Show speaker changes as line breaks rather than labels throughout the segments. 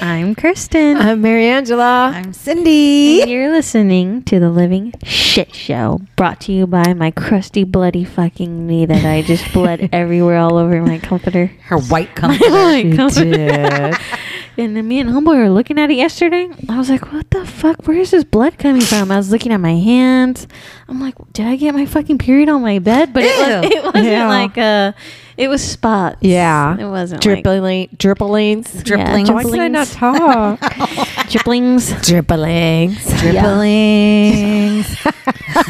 I'm Kirsten.
I'm Mary Angela.
I'm Cindy.
And you're listening to the Living Shit Show, brought to you by my crusty, bloody fucking knee that I just bled everywhere all over my comforter.
Her white
My
comforter.
white
You
comforter.
did.
and then me and Humble were looking at it yesterday. I was like, "What the fuck? Where is this blood coming from?" I was looking at my hands. I'm like, "Did I get my fucking period on my bed?" But it, was,
Ew.
it wasn't
Yeah.
like a. It was spots.
Yeah.
it wasn't like
Dribbling, dribblings.
Dripplings.
Why can I not
Dribblings.
talk?
dribblings.
dribblings.
Dripplings.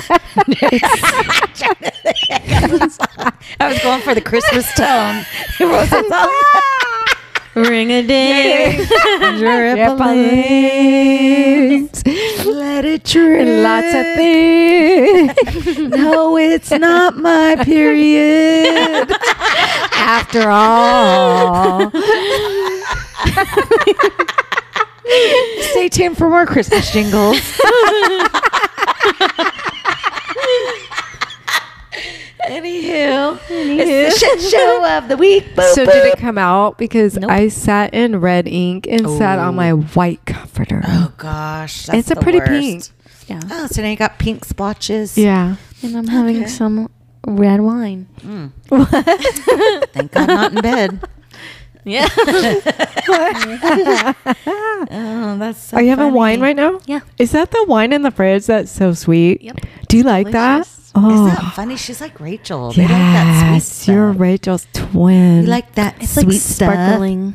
I was going for the Christmas tone. It wasn't
Ring a ding.
Dribblings.
Let it drip.
Lots of things.
No, it's not my period.
After all. Stay tuned for more Christmas jingles.
Anywho, it's the shit show of the week. Boop,
So did it come out? Because
Nope.
I sat in red ink and sat on
Ooh.
my white comforter.
Oh gosh, that's
It's a
the
pretty
worst.
pink.
Yeah.
Oh, so now you got pink splotches.
Yeah.
And I'm having
Okay.
some red wine.
Mm.
What?
Thank God I'm not in bed.
Yeah.
Oh, that's. So
Are you having
funny.
wine right now?
Yeah.
Is that the wine in the fridge that's so sweet?
Yep.
Do you like that?
Delicious.
Oh.
Isn't that funny? She's like Rachel. Oh, They like that sweet
Yes, you're
stuff.
Rachel's twin.
You like that
It's
sweet
like
stuff.
sparkling.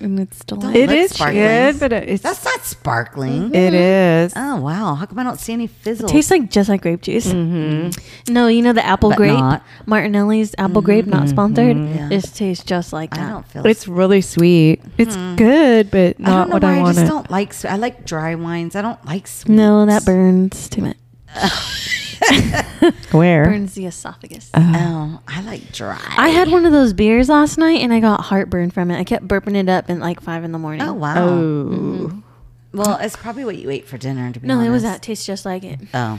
And it's delicious.
it
Look
is
sparkling.
good, but it- it's
That's not sparkling.
it is.
Oh wow! How come I don't see any fizzle?
It tastes like just like grape juice.
Mm-hmm.
Mm-hmm.
No, you know the apple
Mm. But
grape?
not.
Martinelli's apple grape, not sponsored.
Yeah.
It tastes just like
I
that.
don't feel.
It's really sweet. It's good, but
Mm-hmm. I don't
not
know
what
why.
I
I,
wanted.
just don't like. swe- I like dry wines. I don't like sweet.
no, that burns too much.
Where? Uh,
Burns the esophagus.
Oh, I like dry.
I had one of those beers last night and I got heartburn from it. I kept burping it up at like five in the morning.
Oh wow!
Oh,
Well, it's probably what you ate for dinner. To be
No,
honest.
it was that tastes just like it.
Oh,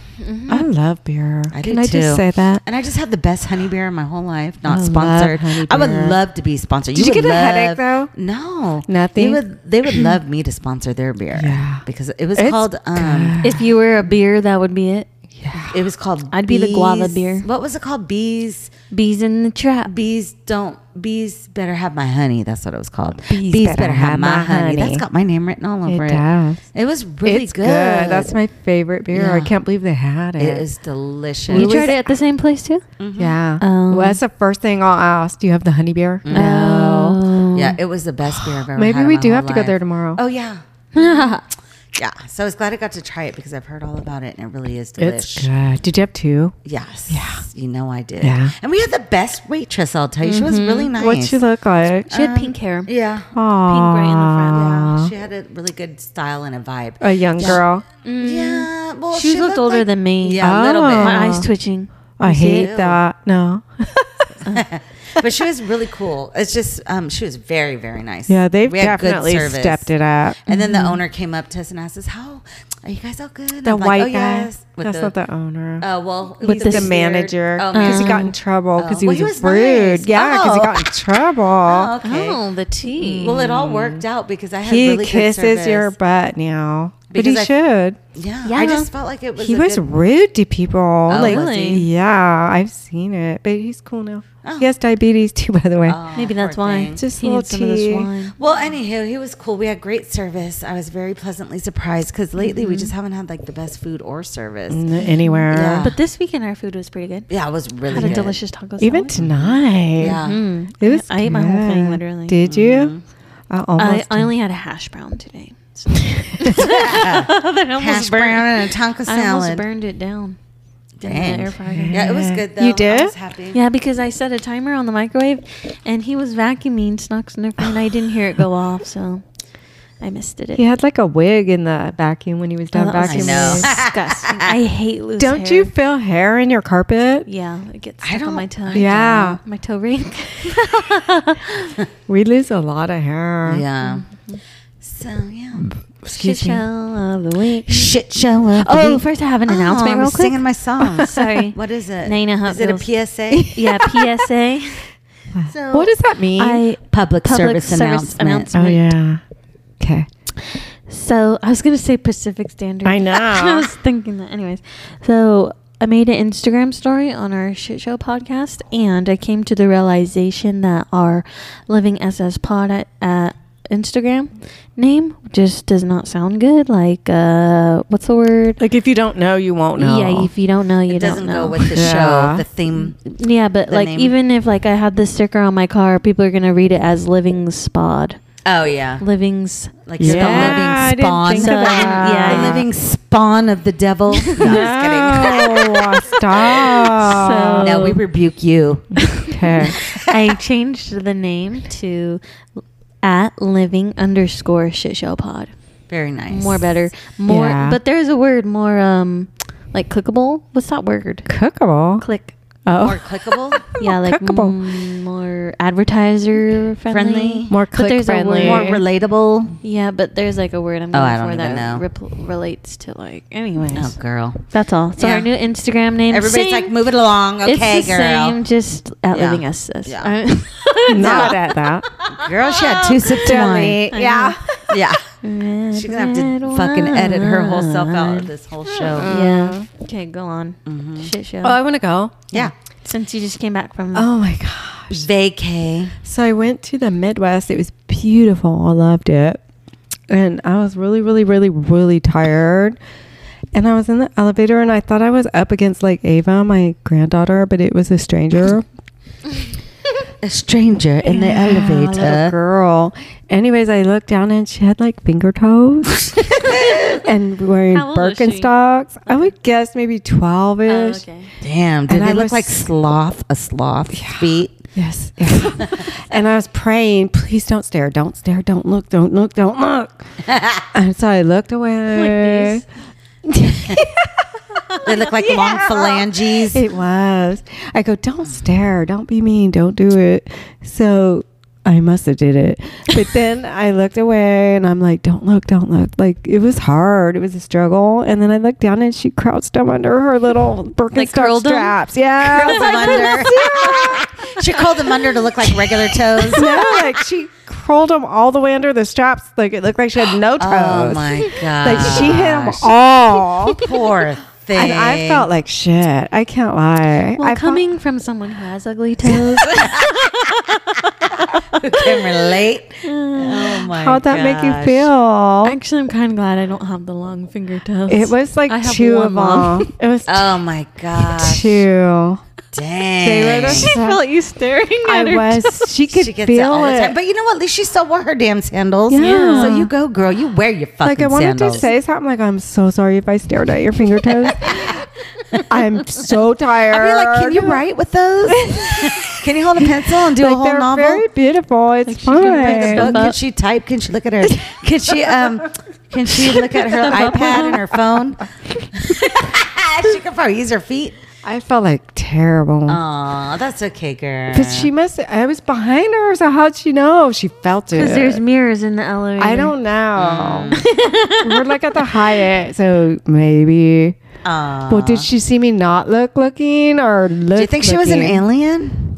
I love beer.
I do
Can I
too.
just say that?
And I just had the best honey beer in my whole life. Not
I love
sponsored.
honey
I would
beer.
love to be sponsored.
Did you
would
get a headache, though?
love- No,
Nothing?
They would. They would love me to sponsor their beer.
Yeah.
because it was
It's
called. Um,
If you were a beer, that would be it.
Yeah.
it was called.
I'd be the guava
Bees-
beer.
What was it called? Bees.
Bees in the trap.
Bees don't. Bees better have my honey. That's what it was called.
Bees better have my honey.
That's got my name written all
It
over it.
does.
It was really
it's good. That's my favorite beer. I
Yeah.
can't believe they had it.
It is Mm-hmm. delicious.
You tried it at the same place too?
Yeah.
Um,
well, that's the first thing I'll ask. Do you have the honey beer?
No.
Yeah, it was the best beer I've ever
Maybe
had in
we
my
do
whole
have to go
life.
there tomorrow.
Oh yeah. Yeah. So I was glad I got to try it because I've heard all about it and it really is
It's
delicious.
good. Did you have two?
Yes. Yeah. You know I did.
Yeah. Mm-hmm.
And we had the best waitress, I'll tell you. She was really nice.
What'd she look like?
She had pink hair.
Yeah.
right in the front,
Aw.
She had a really good style and a vibe.
A young girl. Mm.
Yeah. Well,
She, looked, older
like-
than me.
Yeah, a little
Oh.
bit.
My eyes twitching.
I
You see
hate
it?
that. No. Ah.
But she was really cool. It's just um, she was very, very nice.
Yeah, they've
We had good
definitely
service.
stepped it up.
And then the owner came up to us and asked us, "How are you guys all good?" And
The
I'm like,
white
"Oh,
guy.
yes." With
That's
the,
not the owner.
Uh, well,
With
he's
the
a
the
beard.
manager
Oh,
because he
man.
got in trouble
Oh.
because he,
Well, he
was
was nice.
rude. Yeah, because he
Oh.
got in trouble.
Oh, okay.
Oh, the tea.
Well, it all worked out because I had
He
really good
kisses
service.
your butt now, but
Because
he
I-
should.
Yeah,
Yeah.
I just felt like it was.
he
a
was
good- Oh,
rude to people. like,
was
he?
yeah, I've seen it, but he's cool now.
Oh.
He has diabetes too, by the way.
Oh,
Maybe
poor
that's why.
thing.
Just
he
little
needs some of this
tea.
wine.
Well, anywho, he was cool. We had great service. I was very pleasantly surprised because lately
Mm-hmm.
we just haven't had like the best food or service.
N- Anywhere,
Yeah.
But this weekend our food was pretty good.
Yeah, it was really
Had a
good.
delicious taco salad.
even tonight.
Yeah.
Mm.
It was
I ate my whole thing
good.
literally.
Did you?
Mm-hmm.
I
I,
almost.
I only had a hash brown today. So that almost
hash
burnt-
brown and a taco
I almost
salad.
burned it down. in the
Dang.
air fryer.
Yeah, it was good though.
You
I
did?
was happy.
Yeah, because I set a timer on the microwave, and he was vacuuming Snox and and I didn't hear it go off, so I missed it.
he had like a wig in the vacuum when he was
Oh,
down
that was
vacuuming.
know.
disgusting. I hate loose.
Don't
hair.
you feel hair in your carpet?
Yeah, it gets
I
stuck on
don't-
my toe.
Yeah.
my toe ring.
We lose a lot of hair.
Yeah.
Mm-hmm.
So yeah.
Shit show of the week.
Shit show. Of
Oh, first I have an announcement
I'm
real quick.
Singing my song.
Sorry.
What is it?
Now you know how
Is
it
it a
goes.
PSA?
Yeah, PSA. So
What does that mean?
I
Public,
Public
service,
service
announcement.
announcement.
oh yeah. Okay.
So I was gonna say Pacific Standard.
I know.
I was thinking that. Anyways, so I made an Instagram story on our shit show podcast, and I came to the realization that our Living SS Pod at, uh, Instagram name just does not sound good. Like, uh, what's the word?
Like if you don't know, you won't know.
Yeah, if you don't know, you
it doesn't
don't know.
go with the
Yeah.
show, the theme.
yeah, but
the
like
name.
even if like I had this sticker on my car, people are gonna read it as Living's Pod.
Oh yeah,
Living's
like you're
Yeah, I
the living
didn't
spawn.
think
of
of
the-
that.
Yeah, the living spawn of the devil. No, I'm just kidding.
No,
So-
stop.
No, we rebuke you.
Okay.
I changed the name to at living underscore shit show pod.
Very nice.
More better. More
Yeah.
but there's a word more um like clickable. What's that word?
Cookable.
Click.
oh.
More clickable?
Yeah, like
Clickable.
mm, more advertiser friendly.
Friendly.
More
But there's a
click-friendly.
More
word-
relatable.
Yeah, but there's like a word I'm
Oh,
going
I don't
for
even
that
know.
repl- relates to like anyways.
Oh, girl.
That's all. So
Yeah.
our new Instagram name.
Everybody's
same.
like, move it along. Okay,
it's the
girl.
same, just outliving
Yeah.
us. us.
Yeah.
I-
Not at that.
Girl, she had two sips of wine.
Yeah.
Yeah.
Red,
She's going to have to
red
fucking edit her whole self out
wine.
of this whole show. Mm-hmm.
Yeah. Okay, go on. Shit show.
Oh, I want to go.
Yeah.
Since you just came back from
Oh my gosh.
Vacay.
So I went to the Midwest. It was beautiful. I loved it. And I was really, really, really, really tired. And I was in the elevator and I thought I was up against like Ava, my granddaughter, but it was a stranger.
A stranger in the
Yeah, little
elevator.
girl. Anyways, I looked down and she had like finger toes and wearing
How old was she? Oh,
Birkenstocks. I would guess maybe 12 ish.
Damn, did
And I
they look
was-
like sloth? A sloth's feet?
Yes. yeah. and I was praying, please don't stare, don't stare, don't look, don't look, don't look. and so I looked away.
these.
They look like long phalanges.
It was. I go, don't stare, don't be mean, don't do it. So I must have did it. But then I looked away and I'm like, don't look, don't look. Like it was hard. It was a struggle. And then I looked down and she crouched up under her little Birkenstock
curled 'em?
straps. Yeah. I was
Curled 'em
like,
under. she curled them under to look like regular toes.
no, like she curled them all the way under the straps. Like it looked like she had no toes.
Oh my god!
Like she hit them all.
Poor thing.
And I felt like shit. I can't lie.
Well,
I felt-
coming from someone who has ugly toes,
Who can relate. Oh my!
how'd that make you
gosh.
feel?
actually, I'm kind of glad I don't have the long finger toes.
It was like
I have
two
one
of
long.
them. It was
Oh my gosh!
two.
Dang.
They were the-
she felt you staring at
I
her.
was. She could
she gets it all
feel
the
it.
time. But you know what? At least she still wore her damn sandals.
Yeah.
So you go, girl. You wear your fucking
like I wanted
sandals.
to say something. Like I'm so sorry if I stared at your finger toes. I'm so tired.
I'd be like, can you write with those? can you hold a pencil and do
like
a whole
they're
novel?
very beautiful. It's
she can bring the
fine.
Look, can
But-
she type? Can she look at her? Can she um? Can she look at her iPad and her phone? she could probably use her feet.
I felt like terrible.
Oh, that's okay, girl.
Because Mm. she must. I was behind her, so how'd she know? She felt it.
Because there's mirrors in the E. elevator.
I don't know. We're like at the Hyatt, so maybe.
Aw.
Well, did she see me not look looking or look?
Do you think she was an
looking?
alien?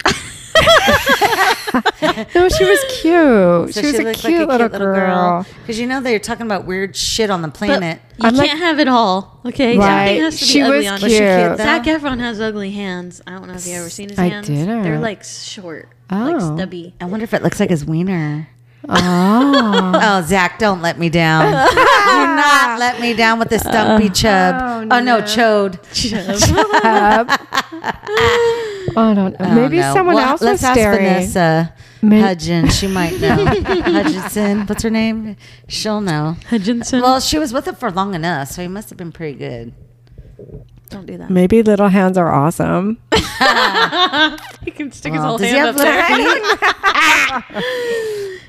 No, she was cute.
So
she was a cute, little, girl.
Because you know they're talking about weird shit on the planet.
You
I'm
can't
like-
have it all. Okay,
Right.
something has to be
She
ugly
was
on it.
cute.
cute, though?
Zac Efron has ugly hands. I don't know if you ever seen his
I
hands.
didn't.
They're like short, like
Oh.
stubby.
I wonder if it looks like his wiener.
Oh.
Oh, Zach, don't let me down. Do not let me down with this dumpy chub. Oh, no, chode.
I don't know.
Oh,
Maybe
no.
someone
Well,
else
let's
was
ask
staring.
Vanessa
May-
Hudgens. She might know. Hudgenson. What's her name? She'll know.
Hutchinson.
Well, she was with him for long enough, so he must have been pretty good.
don't do that.
Maybe little hands are awesome.
He Ah. can stick
Well, does he have little feet?
I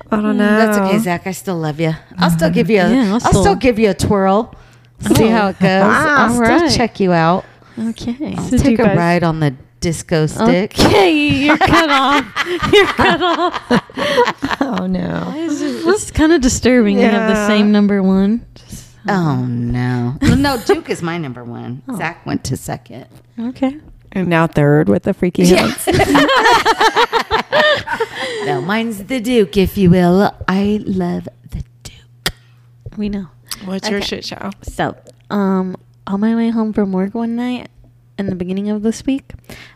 don't know.
Mm, That's okay, Zach. I still love you. I'll still give you. A,
Mm-hmm. Yeah, I'll
I'll, still,
still- Oh.
give you a twirl. See how it goes. I'll still
Alright.
check you out.
Okay.
So do
Take
you
a
guys-
ride on the disco stick.
Okay, you're cut off. You're cut off.
Oh no.
This is- this is kind of disturbing. You have the
Yeah.
same number one. uh. Just-
Oh no! No, Duke is my number one.
Oh.
Zach went to second.
Okay.
And now third with the freaky hands.
No, mine's the Duke, if you will. I love the Duke.
We know.
What's your
Okay.
shit show?
So, um, on my way home from work one night in the beginning of this week,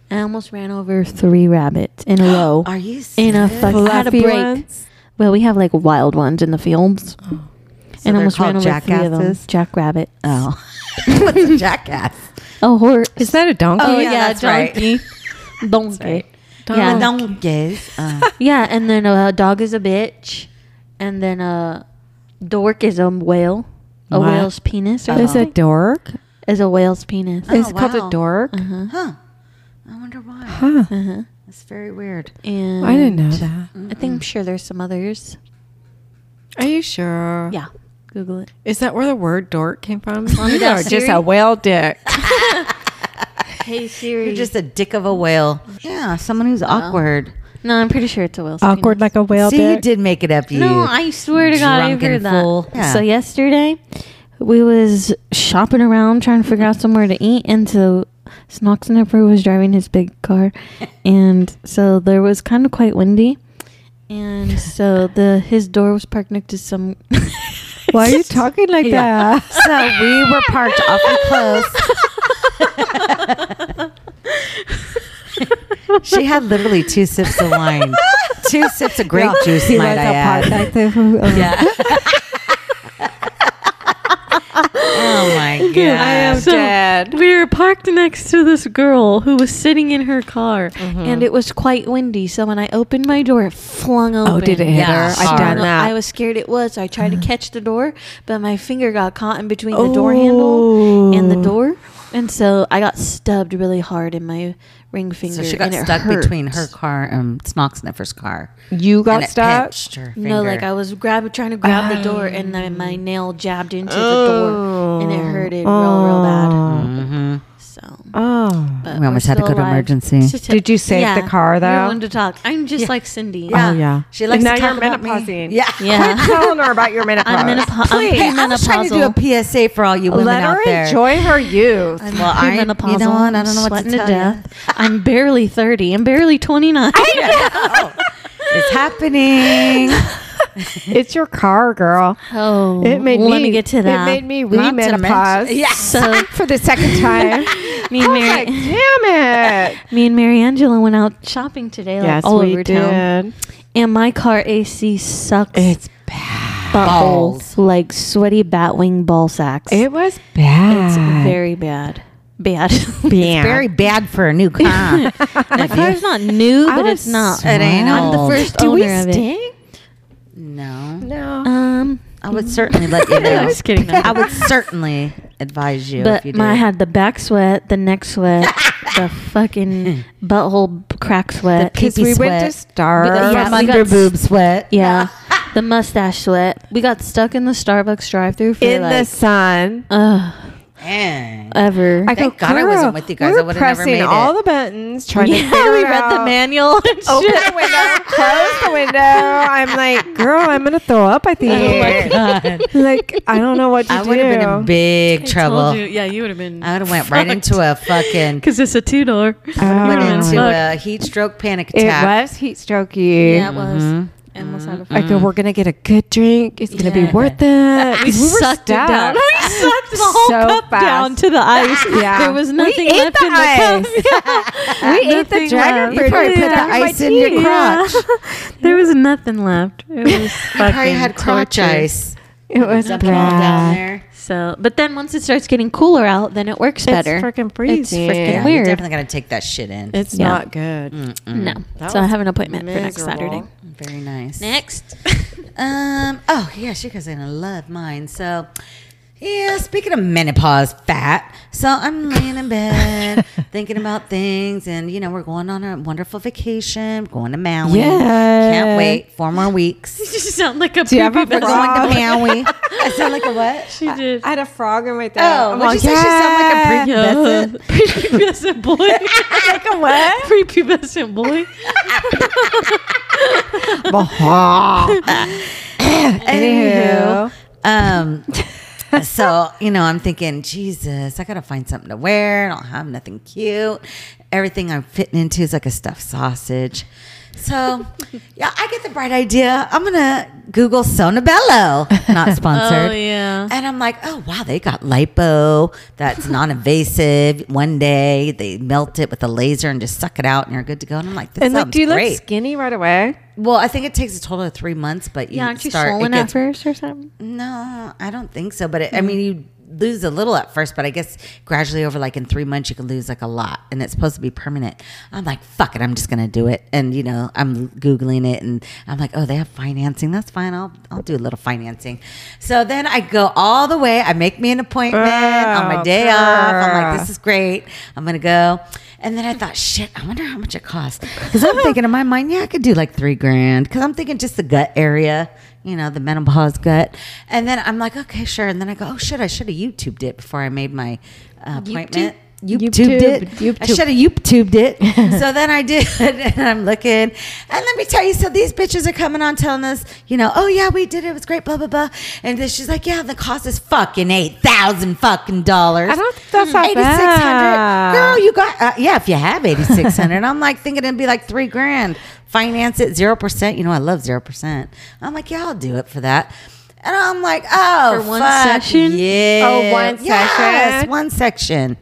I almost ran over three rabbits in a row.
Are you
in a
serious?
fuck- I had a
Fluffy
break.
ones?
Well, we have like wild ones in the fields,
Oh. So
and I
they're
almost ran
called
over three of them.
jackasses?
Jackrabbit.
Oh. What's a jackass?
Oh, horse.
Is that a donkey?
Oh yeah,
that's right.
donkey. donkey.
right.
Yeah,
Donkey.
don-
Donkeys. Uh,
yeah, and then a dog is a bitch, and then a dork is a whale. A
What?
whale's penis. Or
Oh.
There's a
something?
dork.
Is a whale's penis.
Oh,
it's called
wow.
a dork.
Uh-huh.
huh. I wonder why.
Huh.
Uh-huh.
That's very weird.
And
I didn't know that.
I think I'm sure there's some others.
Are you sure?
Yeah, Google it.
Is that where the word dork came from?
me
you
that,
are just
Siri.
a whale dick.
Hey Siri.
You're just a dick of a whale. Yeah, someone who's awkward.
no, I'm pretty sure it's a whale.
Awkward like a whale
See, you
dick.
did make it up, you.
No, I swear to God, I
drunken
heard that.
fool. Yeah.
So yesterday, we was shopping around trying to figure out somewhere to eat, and so Snoxnipper was driving his big car, and so there was kind of quite windy, and so the his door was parked next to some.
Why are you talking like
Yeah.
that?
So we were parked awfully close. She had literally two sips of wine. Two sips of grape juice,
He
might
was
I
a part
add.
like the- who- oh.
Yeah. oh my god.
So, We were parked next to this girl who was sitting in her car,
Mm-hmm.
and it was quite windy. So when I opened my door, it flung open.
Oh, did it hit
Yeah,
her? I've
hard.
done that.
I was scared it was. So I tried to
Mm-hmm.
catch the door, but my finger got caught in between the door handle and the
Oh.
door. And so I got stubbed really hard in my ring finger.
So she got
and it
stuck
hurt.
between her car and Snock Sniffer's car.
You got
and it
stuck?
pinched her
No, like
finger. Oh.
I was grab, trying to grab the door, and then my nail jabbed into the door, and it hurted real, real bad.
Mhm.
So
Oh.
but
We
we're
almost had to
still
go to
alive.
emergency.
It's just a-
Did you save the car,
we don't
though?
want to talk. I'm just like Cindy.
Yeah. Oh, yeah.
She likes
And
to
now
talk
you're
about me.
menopausing.
Yeah.
Yeah.
Telling her about your menopause.
I'm menopause.
Please,
I'm
I was trying to do
premenopausal.
a PSA for all you women
Let
out
her
there.
enjoy her youth.
I'm
Well, I- you know
premenopausal.
what? I
I'm
don't know what to
sweating to,
tell ya.
death. I'm barely 30. I'm barely 29.
It's happening.
it's your car, girl.
Oh,
It made
let
me,
me get to that.
It made me
Not to
remenopause.
mention- So
For the second time.
me and
I was like,
Mary,
damn it.
me and Mary Angela went out shopping today, like all over town. And my car AC sucks.
It's
balls, like sweaty bat wing ball sacks.
It was bad.
it's very bad. Bad.
bad.
Very bad for a new car.
my car's not new, but it's not.
It ain't
I'm the
old.
first
Do
owner
we
of it.
stink?
no.
No.
Um,
I would certainly let you know.
I'm just kidding.
I would certainly advise you if
But
you did.
my, I had the back sweat, the neck sweat, the fucking butthole crack sweat.
The pee-
Because we
sweat.
went to Star.
Because-
from
yeah, we
under
got s-
boob sweat.
yeah, the mustache sweat. We got stuck in the Starbucks drive-through for
in the
like
sun.
ugh,
Eh.
Oh ever.
I
Thank God I wasn't
"Girl,
with you guys.
we
I
were
would've never
pressing
made it."
all the buttons, trying to
yeah,
figure
we read the
out-
manual and
Open
shit.
the window, close the window. I'm like, girl, I'm gonna throw up. I think.
Oh my
God.
Like, I don't know what to
I
do.
would have been in big trouble.
yeah, you would have been.
I would have went right into a fucking
because it's a two-door.
Oh.
went into
Fuck.
a heat stroke panic
It
attack.
was heat strokey.
Yeah, it was. And was out of.
Mm-hmm. I go, we're gonna get a good drink. It's gonna
Yeah.
be worth it.
we, sucked it down. We sucked the whole
So
cup
fast.
down to the ice.
Yeah.
There was
We
nothing
ate
left
the
in the cup.
We ate the
Nothing
dragon
left.
fruit.
You
and
probably put the
stuffed my
ice in your
teeth.
crotch.
there was nothing left. It was
I
fucking
probably had crotch
torture.
ice.
It was
Dumping all down
bad.
there.
So, but then once it starts getting cooler out, then it works better.
freaking
It's freaking
freezing. Yeah,
Yeah, you're
weird.
definitely gonna take that shit in.
It's
Yeah. Mm.
not good.
no.
That
So I
was
have an appointment for next Saturday.
miserable.
Very nice.
Next.
Um. Oh yeah, she goes in and love mine. So. Yeah, speaking of menopause fat, so I'm laying in bed thinking about things, and you know we're going on a wonderful vacation, going to Maui.
Yay.
Can't wait. Four more weeks.
you sound like a
Do you have a
poopy
frog?
vessel.
Going to Maui. I sound like a what?
She did.
I had a frog in my throat.
Oh,
I'm
what'd you
like,
say? She sound like
yeah.
a pre-
Yeah.
That's
Prepubescent boy. like a what? Prepubescent boy.
Anywho.
Um, so you know, I'm thinking, Jesus, I gotta find something to wear. I don't have nothing cute. Everything I'm fitting into is like a stuffed sausage. So, yeah, I get the bright idea. I'm gonna Google Sonabello, not sponsored.
Oh, yeah.
And I'm like, oh wow, they got lipo that's non-invasive. One day they melt it with a laser and just suck it out, and you're good to go. And I'm like, this
And
sounds
like, do you
great.
look skinny right away?
well, I think it takes a total of three months, but you
Yeah, aren't you
start. it
swollen
gets
at first or something?
no, I don't think so. But it, I mean, you lose a little at first, but I guess gradually over like in three months, you can lose like a lot, and it's supposed to be permanent. I'm like, fuck it, I'm just gonna do it, and you know, I'm googling it, and I'm like, oh, they have financing. That's fine. I'll I'll do a little financing. So then I go all the way. I make me an appointment on my day off. I'm like, this is great. I'm gonna go. And then I thought, shit, I wonder how much it costs. Because I'm thinking in my mind, yeah, I could do like three grand. Because I'm thinking just the gut area, you know, the menopause gut. And then I'm like, okay, sure. And then I go, oh shit, I should have YouTubed it before I made my uh, appointment. YouTubed, it.
YouTubed.
I should have YouTubed it. so then I did, and I'm looking. And let me tell you, so these bitches are coming on telling us, you know, oh yeah, we did it. It was great, blah blah blah. And then she's like, yeah, the cost is fucking eight thousand fucking dollars.
I don't think that's not
8600
bad.
girl you got uh, yeah if you have 8600 i'm like thinking it'd be like three grand finance it 0% you know i love 0% i'm like yeah i'll do it for that and i'm like oh
For one
fuck,
session?
yeah
Oh, one
yes,
session?
one section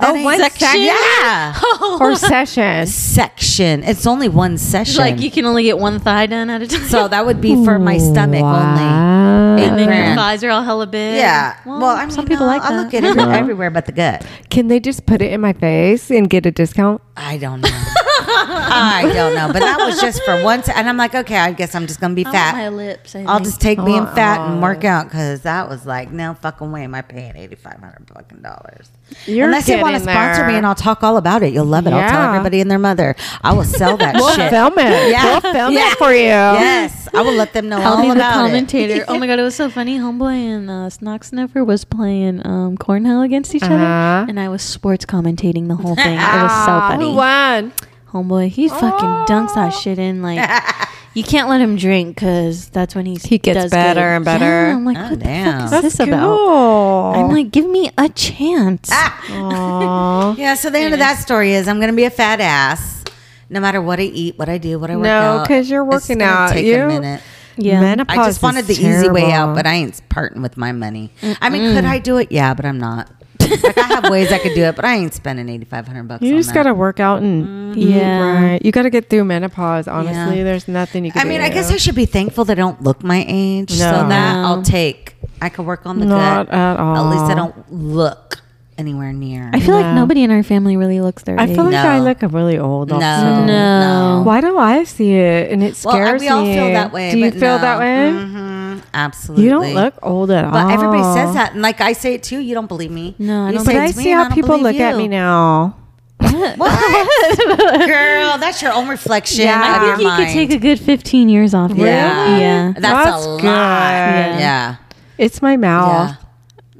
Oh,
That
one
ain't-
section?
yeah
Or sessions?
section it's only one
Oh, It's
session
like you can only get one thigh done at a time.
so that would be for my stomach only
and
Eight
then your
grand.
thighs are all hella big.
yeah well, i mean uh,
some people like
i
that.
look at it everywhere but the gut
Can they just put it in my face and get a discount?
I don't know. I don't know. But that was just for once. And I'm like, okay, I guess I'm just going to be
I want Oh my
fat.
lips. I
I'll
think.
just take being fat and work out because that was like, no fucking way am I paying $8,500 fucking dollars.
You're
Unless you want to
getting
sponsor me
there.
and I'll talk all about it. You'll love it. I'll tell
Yeah.
everybody and their mother. I will sell that
We'll
shit.
film it.
Yeah.
We'll film
Yeah.
it for you.
Yes. I will let them know
I'll
all
be the
about
commentator.
it.
oh my god, it was so funny. Homeboy and uh, Snock Sniffer was playing um, cornhole against each
Uh-huh.
other, and I was sports commentating the whole thing. It was so
Oh,
Ah,
funny.
Who won?
Homeboy, he fucking dunks
Oh.
that shit in. Like, you can't let him drink because that's when he's
He gets
does
better
get it.
and better.
Yeah, I'm like,
Oh,
what
damn.
the fuck is this about? I'm like, give me a chance.
Ah! Yeah. So the end of that story is I'm going to be a fat ass. No matter what I eat, what I do, what I work out.
No, 'cause you're
It's
working
gonna
out.
Take
You-
a minute.
Yeah,
Menopause
I just wanted
is
the easy way out,
terrible.
but I ain't parting with my money. I mean, could I do it? Yeah, but I'm not. like I have ways I could do it, but I ain't spending eighty five hundred bucks.
you
on
just
that.
gotta work out and eat
Yeah.
right. You gotta get through menopause. Honestly,
Mm. Yeah.
there's nothing you can.
I mean,
do.
I guess I should be thankful they don't look my age, so
No.
that
No.
I'll take. I could work on the
Not
gut
at all.
At least I don't look anywhere near.
I feel like
No.
nobody in our family really looks their
I
age.
feel like I
No.
look really old.
no,
Also.
No.
Why do I see it? And it
Well, I-
scares
we all
me.
feel that way.
Do you
but
feel
no.
that way?
Mhm, absolutely.
You don't look old at all.
But everybody says that, and like I say it too. You don't believe me.
No, I
You
don't
say
But
it
I
to me,
see
and
how
don't
people look
believe
at
you.
me now.
What? Girl, that's your own reflection.
Yeah.
of
I
I
your
think you could
mind.
take a good 15 years off. your-
Yeah.
Yeah.
That's,
That's
a lot.
good. Yeah.
Yeah.
It's my mouth.
Yeah.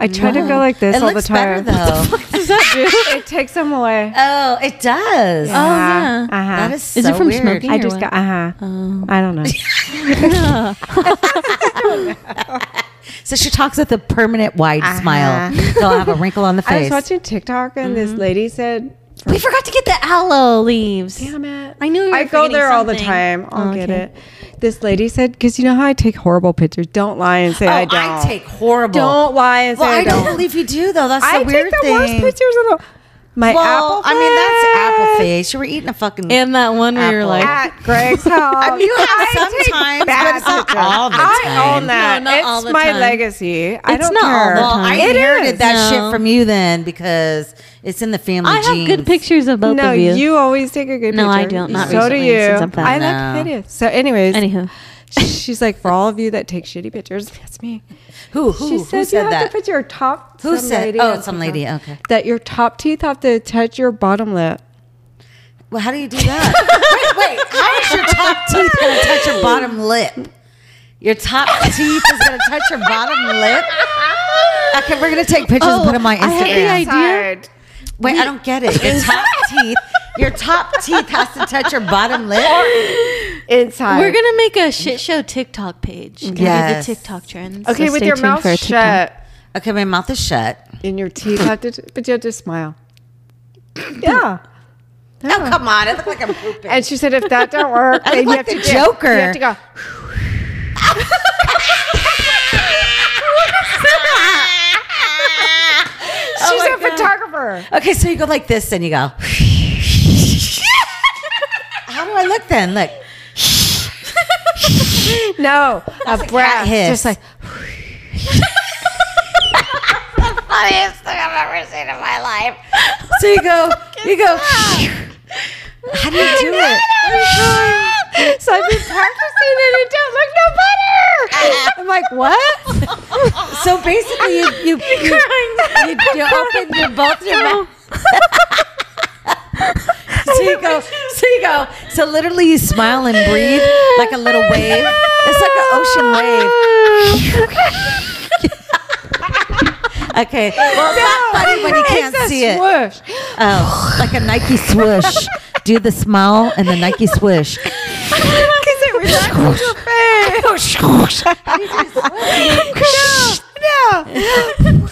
I try to go like this
it
all
looks
the time.
better though.
it takes them away.
oh, it does.
Oh, yeah.
Uh huh.
That is so
Is it from
weird.
smoking?
I
or
just
what?
got uh huh.
Oh.
I don't know.
So she talks with a permanent wide smile. They'll have a wrinkle on the
Uh-huh. I was
face. Mm-hmm.
watching TikTok and this lady said,
We forgot to get the aloe leaves.
"Damn it."
I knew we were
I go
forgetting
there all the
something.
time. I'll
Oh,
get
okay.
it. This lady said, because you know how I take horrible pictures. Don't lie and say
oh,
I don't.
I take horrible.
Don't lie and say
well, I don't
don't.
believe you do though. That's the
I
weird
take the
thing.
worst pictures of the. My
well,
apple.
I mean that's apple
face.
face. You were eating a fucking.
And that one where you're
Apple.
like,
at Greg's house.
I mean, you have sometimes, but it's not all the
I
time.
own that.
No, not
it's
all the
my
time.
legacy. I
It's
don't
not all
care.
the
well, I
It
inherited that
No.
shit from you then because it's in the family.
I have good
genes.
pictures of both
no,
of you.
you. always take a good
No,
picture.
I don't. Not
so do
recently,
you.
since I'm fat.
I
No.
like hideous. So, anyways,
Anywho,
she's like, for all of you that take shitty pictures, that's me.
Who who,
She
who
said,
said
you have
that?
to put your top.
Who
some
said-
Lady
oh,
on TikTok,
some lady, okay.
That your top teeth have to touch your bottom lip.
Well, how do you do that? wait, wait. How is your top teeth going to touch your bottom lip? Your top teeth is going to touch your bottom lip. Oh, Okay, we're going to take pictures and put them on
I had the
Instagram.
idea- Side.
wait, I don't get it. Your top teeth. Your top teeth has to touch your bottom lip.
Inside.
we're gonna make a shit show TikTok page. Gonna be
Yes.
the TikTok trends.
okay
So
with
stay
your
tuned
mouth
for a TikTok.
shut
Okay, my mouth is shut.
and your teeth have to, but you have to smile. yeah.
No, Oh, come on. It looked like I'm pooping.
And she said, if that don't work,
I
then
look
you have
like the
to dip.
Joker.
You have to go. She's
Oh my
a
God.
photographer.
Okay, so you go like this and you go. How do I look then? Look.
No, a
a
breath.
cat hiss.
Just like
Funniest thing I've ever seen in my life. So you go, you go. How do you do it?
so I've been practicing and it don't look no better. I'm like, what?
So basically, you you you, you, you open your both your mouth. So you go, so you go. So literally, you smile and breathe like a little wave. It's like an ocean wave. Okay, well, it's not funny when you can't
it's a
see it.
swoosh.
Oh, like a Nike swoosh. Do the smile and the Nike swoosh.
Because it relaxes your face. no, no.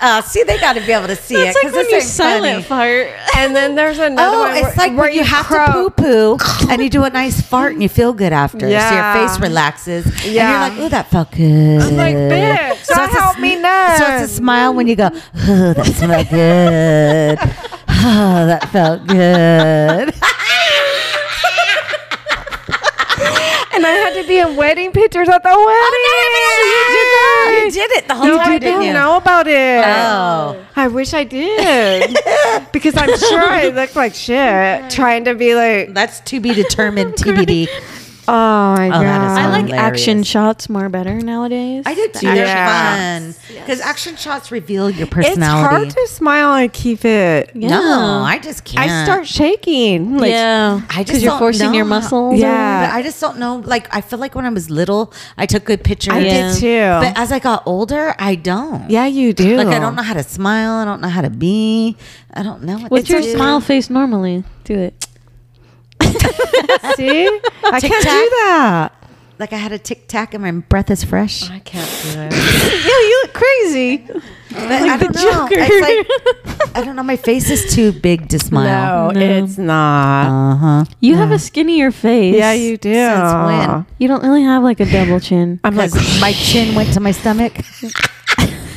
Uh, see, they got to be able to see it because it's
silent
funny.
fart.
And then there's another
Oh,
one
it's
where,
like
where
when you have
croak.
to poo poo and you do a nice fart and you feel good after.
Yeah.
So your face relaxes.
Yeah.
And you're like, oh, that felt good. I'm
like, bitch, that helped me
So it's a smile when you go, oh, that smelled good. Oh, that felt good.
And I had to be in wedding pictures at the wedding.
Oh, no, no, no, no, you did not. You did it the whole
no,
time,
I
didn't
didn't
you?
know about it.
Oh.
I wish I did. because I'm sure I looked like shit trying to be like,
That's to be determined, TBD.
oh my
Oh, that
God.
is
I like
Hilarious.
action shots more better nowadays.
I do too.
action
They're
shots.
fun because action shots reveal your
It's
personality.
hard to smile and keep it.
yeah.
No, I just can't.
I start shaking. Like,
yeah,
I just
because you're
don't
forcing your
know.
muscles.
Yeah.
But I just don't know. Like, I feel like when I was little, I took good pictures.
I did too.
But as I got older, I don't.
Yeah, you do.
Like, I don't know how to smile. I don't know how to be. I don't know what
What's
to
your
do.
smile face normally? Do it.
See? I can't do
Tic-tac.
that.
Like, I had a tic tac and my breath is fresh.
I can't do it. yeah, you look crazy.
But I
the
don't know.
Joker.
It's like, I don't know. My face is too big to smile.
No,
No.
it's not.
Uh huh.
You have a skinnier face.
yeah, you do.
Since when?
You don't really have like a double chin.
I'm like,
Because my chin went to my stomach.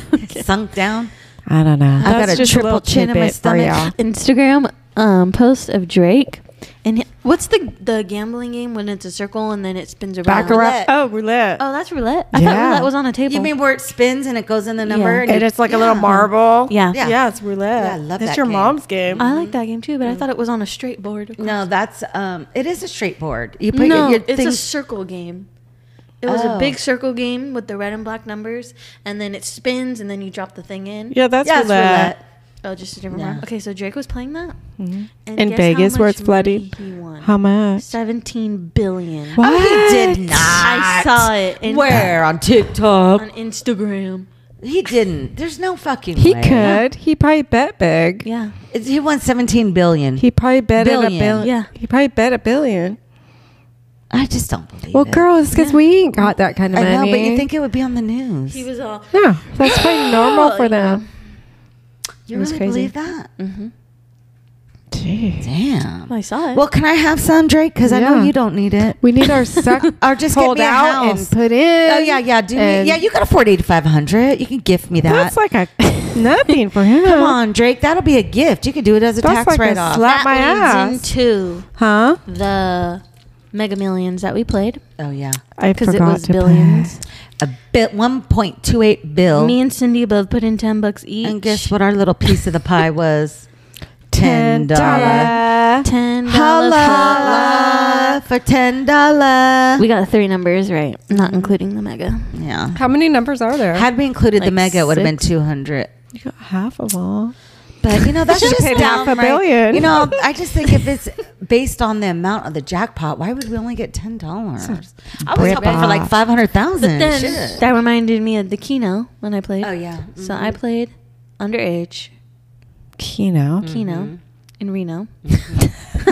It Sunk down.
I don't know.
I've got a
just
triple
little
chin in my
tidbit for
stomach.
y'all.
Instagram um, post of Drake, and he- what's the the gambling game when it's a circle and then it spins around?
Back around.
Roulette.
Oh, roulette.
Oh, that's roulette. I thought
Yeah.
roulette was on a table.
You mean where it spins and it goes in the number?
Yeah.
and
And
you-
it's like a little marble.
yeah. Uh,
Yeah.
Yeah, it's roulette.
Yeah, I love
That's
that
your
game.
mom's game.
I like that game too, but I thought it was on a straight board.
No, that's um. It is a straight board. You put
No,
your, your
it's a
things-
circle game. It was
Oh.
a big circle game with the red and black numbers, and then it spins, and then you drop the thing in.
yeah, that's
yeah, it's
roulette.
roulette.
Oh, just a different
Yeah.
one. Okay, so Drake was playing that
Mm-hmm. In
guess
Vegas
how
where
much
it's flooding?
money He won
How much?
seventeen billion.
What?
Oh, he did not.
I saw it in-
where on TikTok.
on Instagram.
He didn't. There's no fucking.
He
way.
could. He probably bet big.
Yeah,
It's- He won 17 billion.
He probably bet at a
Billion.
billion.
Yeah.
He probably bet a billion.
I just don't believe
Well,
it.
girl, it's because we ain't got that kind of
I
money.
know, but you think it would be on the news?
he was all.
No, that's probably normal for them.
you
it was
really
crazy.
believe that?
Jeez.
Damn.
I saw it.
Well, can I have some Drake? Because I know
Yeah.
you don't need it.
We need our suck
Or just get
pulled
me a
out
house.
and put in.
Oh yeah, yeah. Do me,
and-
yeah. You can afford eighty five hundred. You can gift me that.
That's like a nothing for him.
Come on, Drake. That'll be a gift. You could do it as a
That's
tax
like a
write off.
slap
that
my ass.
leads into
Huh?
the Mega Millions that we played
oh yeah.
I
because
forgot
it was
to
billions.
a bit 1.28 bill
Me and Cindy both put in ten bucks each.
and guess what our little piece of the pie was
Ten
ten dollar
dollar.
Ten dollars.
holla for ten dollar
We got three numbers right, not including the Mega.
yeah
How many numbers are there?
had we included the
Like
mega it would have been
six?
200
you got half of all.
but you know that's
Should've
just
paid
downright-
half a billion.
you know i just think if it's based on the amount of the jackpot why would we only get ten dollars i was
Rip
hoping for like
off.
500000
Then
Shit.
that reminded me of the Kino when I played.
oh yeah
So I played underage
Kino.
Mm-hmm.
Kino in Reno. and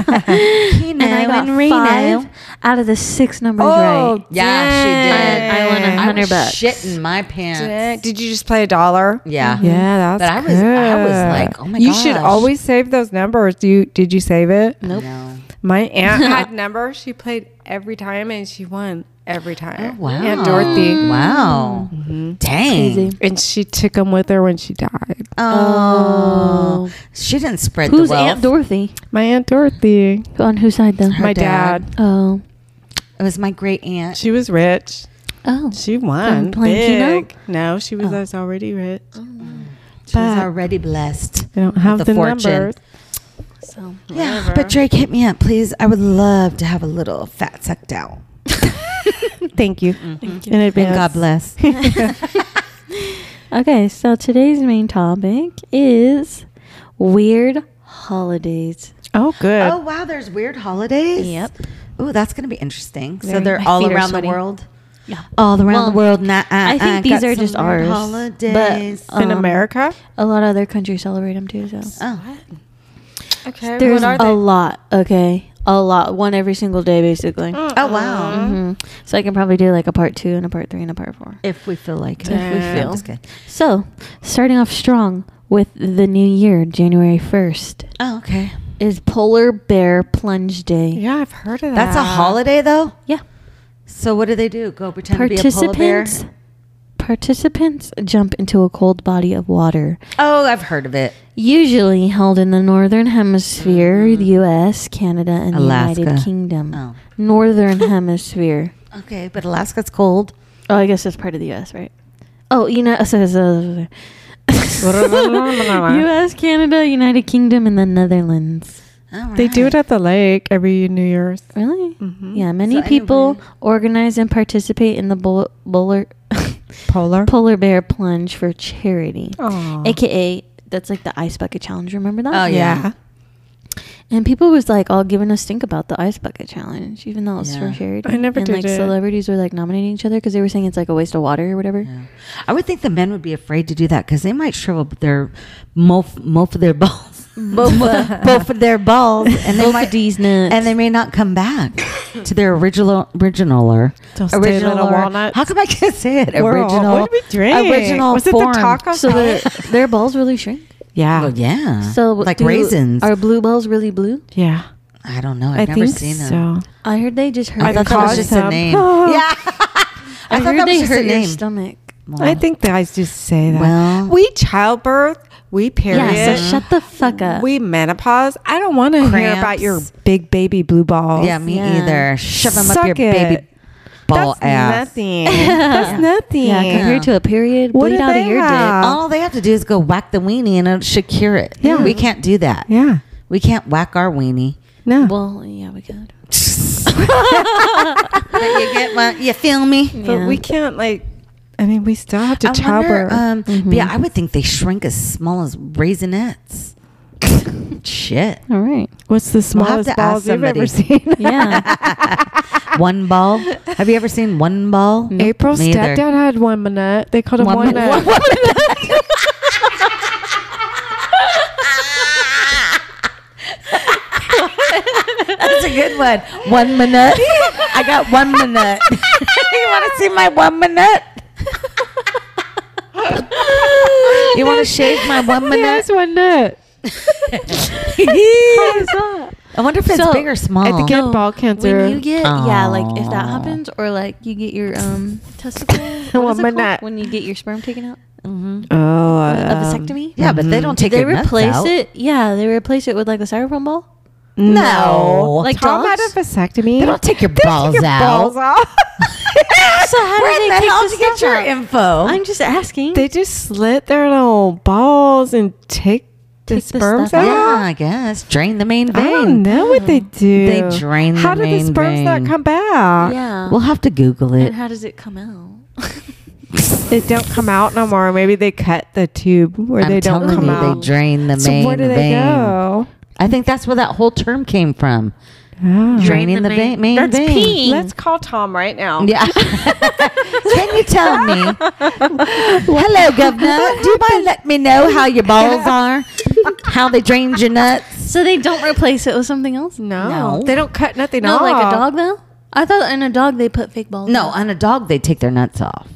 I
Keno
got
and Reno. Oh,
five out of the six numbers
Oh,
right.
Yeah, she did.
I won a
I
hundred
was
bucks.
shitting my pants.
Did you just play a dollar?
Yeah.
Yeah,
But
that's
I was- I was
good.
like, oh my
You should
gosh.
always save those numbers. Do you did you save it?
Nope.
No.
My aunt had numbers. She played every time and she won every time.
Oh, Wow.
Aunt Dorothy.
Wow. Dang.
Crazy.
And she took them with her when she died.
Oh. She didn't spread
Who's
the wealth.
Aunt Dorothy?
My Aunt Dorothy.
On whose side though?
Her
my
dad.
dad.
Oh.
it was my great aunt.
She was rich.
Oh.
She won.
playing Keno?
Big. No, she was, I was already rich.
She was
But-
already blessed.
I don't have
the
the,
fortune.
numbers.
So
Yeah, but Drake, hit me up, please. I would love to have a little fat sucked out.
Thank you. In advance.
And God bless.
Okay, so today's main topic is weird holidays.
Oh, good.
Oh wow, there's weird holidays.
Yep.
Oh, that's gonna be interesting. so
Very-
they're
my
all
feet are
around the
sweaty.
world.
Yeah.
All around the
Well,
world. Nah, uh,
I think
uh,
these
got
are
some
just
weird
ours.
Holidays.
But
in
um,
America?
A lot of other countries celebrate them too, so.
oh,
Okay.
There's a lot, okay? A lot. One every single day, basically.
oh wow.
Mm-hmm.
hmm So I can probably do like a part two and a part three and a part four.
If we feel like it.
If we
No,
feel.
I'm just kidding.
So, starting off strong with the new year, January 1st,
Oh, okay.
is Polar Bear Plunge Day.
Yeah, I've heard of that.
That's a holiday though.
Yeah.
So what do they do? Go pretend to be a polar bear?
Participants participants jump into a cold body of water.
Oh, I've heard of it.
Usually held in the northern hemisphere, the US, Canada, and the
Alaska.
United Kingdom.
Oh.
Northern hemisphere.
Okay, but Alaska's cold.
Oh, I guess that's part of the U.S., right? Oh, you know, so, so, so- U.S., Canada, United Kingdom, and the Netherlands.
All
They do it
right.
at the lake every New Year's.
Really?
Mm-hmm.
Yeah. Many
Mm-hmm. So
people
anyway-
organize and participate in the bull- polar
Polar.
polar bear plunge for charity,
Aw.
aka that's like the ice bucket challenge. Remember that?
Oh, yeah.
And people was like all giving a stink about the ice bucket challenge, even though it's
Yeah.
for charity.
I never
and
did
like
it.
celebrities were like nominating each other because they were saying it's like a waste of water or whatever.
Yeah. I would think the men would be afraid to do that because they might shrivel up their mof, mof of their balls, both, both of their balls, and they
Both of
might,
these nuts.
and they may not come back to their original originaler.
Those thin little
originaler-
walnuts.
How come I can't say it?
We're all-
original.
what did we drink?
Original
Was it the
form.
taco? Ah.
So their, their balls really shrink.
Yeah.
Well, yeah.
So
like
do-
raisins.
Are blue balls really blue?
Yeah.
I don't know.
i
I've never
think
seen
so.
them.
I heard they just hurt.
I
your
thought that was
Cause
just a
some-
name. yeah. I,
I
thought
heard
that was
they
just
hurt
a
your
name.
stomach.
Well,
I think guys just say that.
Well-
we childbirth, we period.
Yeah. So shut the fuck up.
we menopause. I don't want to hear
Cramps.
about your big baby blue balls.
Yeah, me
Yeah.
either. Shove them up
Suck
your baby
it.
ball
That's
ass.
nothing. That's nothing.
yeah, compared to a period,
What
bleed
do
out of
they
your
have?
All they have to do is go whack the weenie and it should cure it.
Yeah.
We can't do that.
Yeah.
We can't whack our weenie.
No.
dick. Well, yeah, we could.
But you get my, you feel me?
but
yeah.
we can't like. I mean, we still have to
I wonder,
childbirth.
um,
Mm-hmm.
but yeah, I would think they shrink as small as raisinettes. Shit.
All right.
What's the
We'll have
smallest
to
balls
ask
you've
somebody.
ever seen?
Yeah.
One ball. Have you ever seen one ball?
April's
Me either.
stepdad had one minute. They called him
One
one,
minute.
minute.
One That's a good one. One minute. I got one minute. you want to see my one minute? you want to shave my one
He
minute?
has one nut.
I wonder if it's
So,
big or small.
I think it- Get ball cancer.
When you get yeah, like if that
Aw.
happens, or like you get your um testicle.
Well,
What is it
my
called?
nut.
When you get your sperm taken out,
Mhm.
Oh,
a vasectomy.
Yeah, but they don't take
Mm-hmm. they
their nuts
replace
out.
it. Yeah, they replace it with like a styrofoam ball.
No.
Like
Tom had
dogs?
a vasectomy.
They don't take your balls
your
out.
balls off.
So how do
Where
they
the
take
hell
the
did you get
stuff
your
out?
info?
I'm just asking.
they just slit their little balls and take, the
Take the
sperms
stuff
out.
out.
yeah, I guess drain the main
I don't
vein.
know what they do.
Oh, They drain the
How do
main
the sperms not
vein.
come back?
yeah.
We'll have to Google it.
and how does it come out?
They don't come out no more. Maybe they cut the tube where
I'm
they don't
telling
come
you,
out.
they drain the
so
main
where do they
vein.
go?
I think that's where that whole term came from.
Oh.
Draining the, vein. main
That's
vein.
peeing.
Let's call Tom right now.
Yeah. Can you tell me? Hello, governor. Do you mind let me know how your balls are? How they drained your nuts?
So they don't replace it with something else?
No,
No.
they don't cut nothing
Not
off.
like a dog though? I thought in a dog they put fake balls.
No, on a dog they take their nuts off,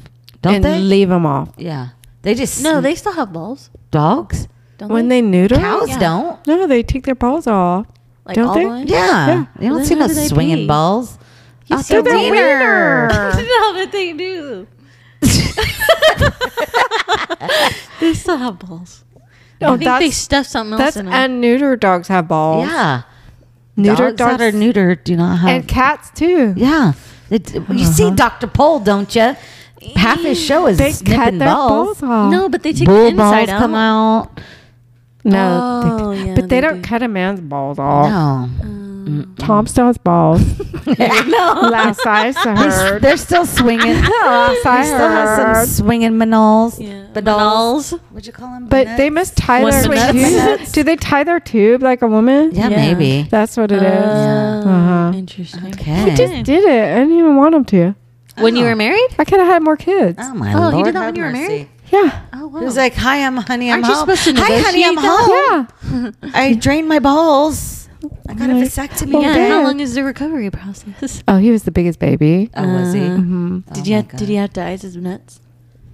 don't
and
they?
leave them off.
yeah, they just
No, they still have balls.
dogs.
Don't
When they neuter,
Cows
Yeah.
don't.
no, they take their balls off.
like
don't
all
they?
the way?
Yeah,
Yeah.
you don't
Then
see
how
no
do they
swinging
pee?
balls. Out
said
their
wiener.
wiener.
no, but they do. they still have balls. I
Oh,
think they
that's
stuff something else
that's
in 'em.
and neuter dogs have balls.
Yeah,
neuter
dogs, that are neutered do not have.
and cats too.
yeah, They d- you see Doctor Pole, don't you? Half his show is
They cut
snipping
their
balls.
balls, off.
no, but they take the
Bull
inside
balls
out.
come out.
no, they-
Oh, yeah,
but they,
they
don't
do.
cut a man's balls off.
No,
Tom Stall's balls. Last I
they're,
heard.
they're still swinging.
Last I
They still have
heard.
some swinging manols.
Yeah. Banals.
Banals. What'd you call them?
But they must tie
What's
their
the nuts?
tube. Do they tie their tube like a woman?
Yeah,
Yeah.
maybe.
That's what it is.
Oh,
Uh-huh.
Interesting.
Okay.
I just did it. I didn't even want them to.
When you were married?
I could have had more kids.
Oh my
Oh,
lord!
you did that
have
when you were
mercy.
married?
Yeah.
Oh wow.
It was like, "Hi, I'm honey. I'm
Aren't you
home.
supposed to
Hi, honey, I'm
negotiate
home.
Yeah.
I drained my balls. I got a
Like,
vasectomy.
oh,
yeah.
okay.
How long is the recovery process?
Oh, he was the biggest baby.
Oh, was he?
Uh,
Mm-hmm.
Oh
did you
my
have, did
God. Mm.
you have to ice his nuts?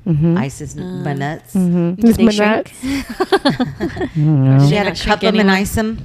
Mm-hmm.
ISIS
Uh,
my nuts?
Mm-hmm.
Did they
my
shrink?
nuts. know.
Did
She
they
had
not
to
shrink
cup them and
anymore?
ice them.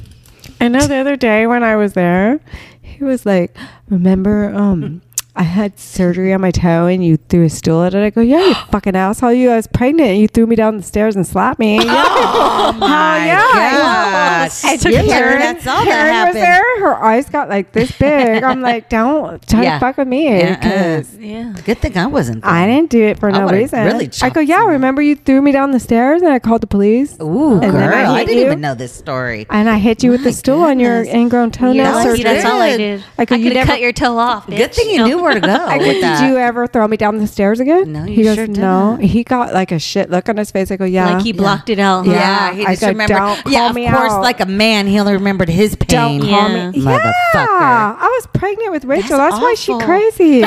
I know the other day when I was there, he was like, "Remember, um, I had surgery on my toe, and you threw a stool at it." I go, "Yeah, you fucking asshole! You, I was pregnant, and you threw me down the stairs and slapped me."
Oh my
yeah.
gosh.
And
Took
Karen-
care. That's all that
Karen was
happened.
there. Her eyes got like this big. I'm like, "Don't try
Yeah.
to fuck with me,"
Uh-uh.
'cause
Yeah.
Good thing I wasn't. there.
I didn't do it for
I
no
would've
reason.
really
I
chopped Oh
go, "Yeah,
someone.
remember you threw me down the stairs, and I called the police."
Ooh,
And
girl!
then I
I,
hit
didn't
you.
even know this story.
And I hit you with the
My
stool on your
goodness.
ingrown toenail
That's
surgery.
lucky that's all I did.
I could-
I
you
could
never-
cut your toe off.
Good
bitch.
thing you
No.
knew where to go.
I go,
Oh, with
did
that.
you ever throw me down the stairs again?
No, you
he goes,
sure did
No.
not.
He got like a shit look on his face. I go, yeah.
Like he blocked it out. huh?
Yeah, he
I
just
go,
remembered.
"Don't call
yeah, of
me
course,
out."
like a man, he'll remembered his pain.
Don't call
Yeah.
me.
Motherfucker.
Yeah, I was pregnant with Rachel. That's,
That's
why she
awful.
crazy.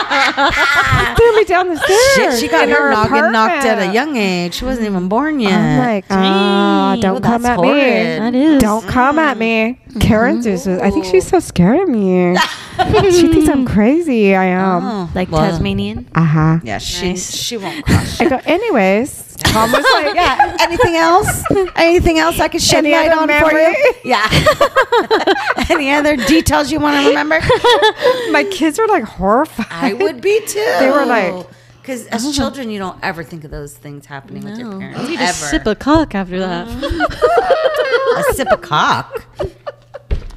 threw me down the stairs.
Shit, she got
in
her noggin knocked at a
apartment.
young age. She wasn't even born yet.
I'm like, ah,
Ooh,
don't come
that's
at
horrid. Mm-hmm.
That
me.
is.
Don't come at me. Karen's just, I think she's so scared of me. she thinks I'm crazy. I am.
Oh,
Like
well,
Tasmanian.
Uh huh.
Yeah, she
Nice.
she won't crush.
I go, anyways. Tom was like, yeah.
Anything else? Anything else I could shed
Any
light
other
on
memory?
for you? Yeah. Any other details you want to remember?
My kids were like horrified.
I would be too.
They were like-
because as children, you don't ever think of those things happening with
Oh.
your parents.
You
ever.
just sip a cock after that.
a sip of cock.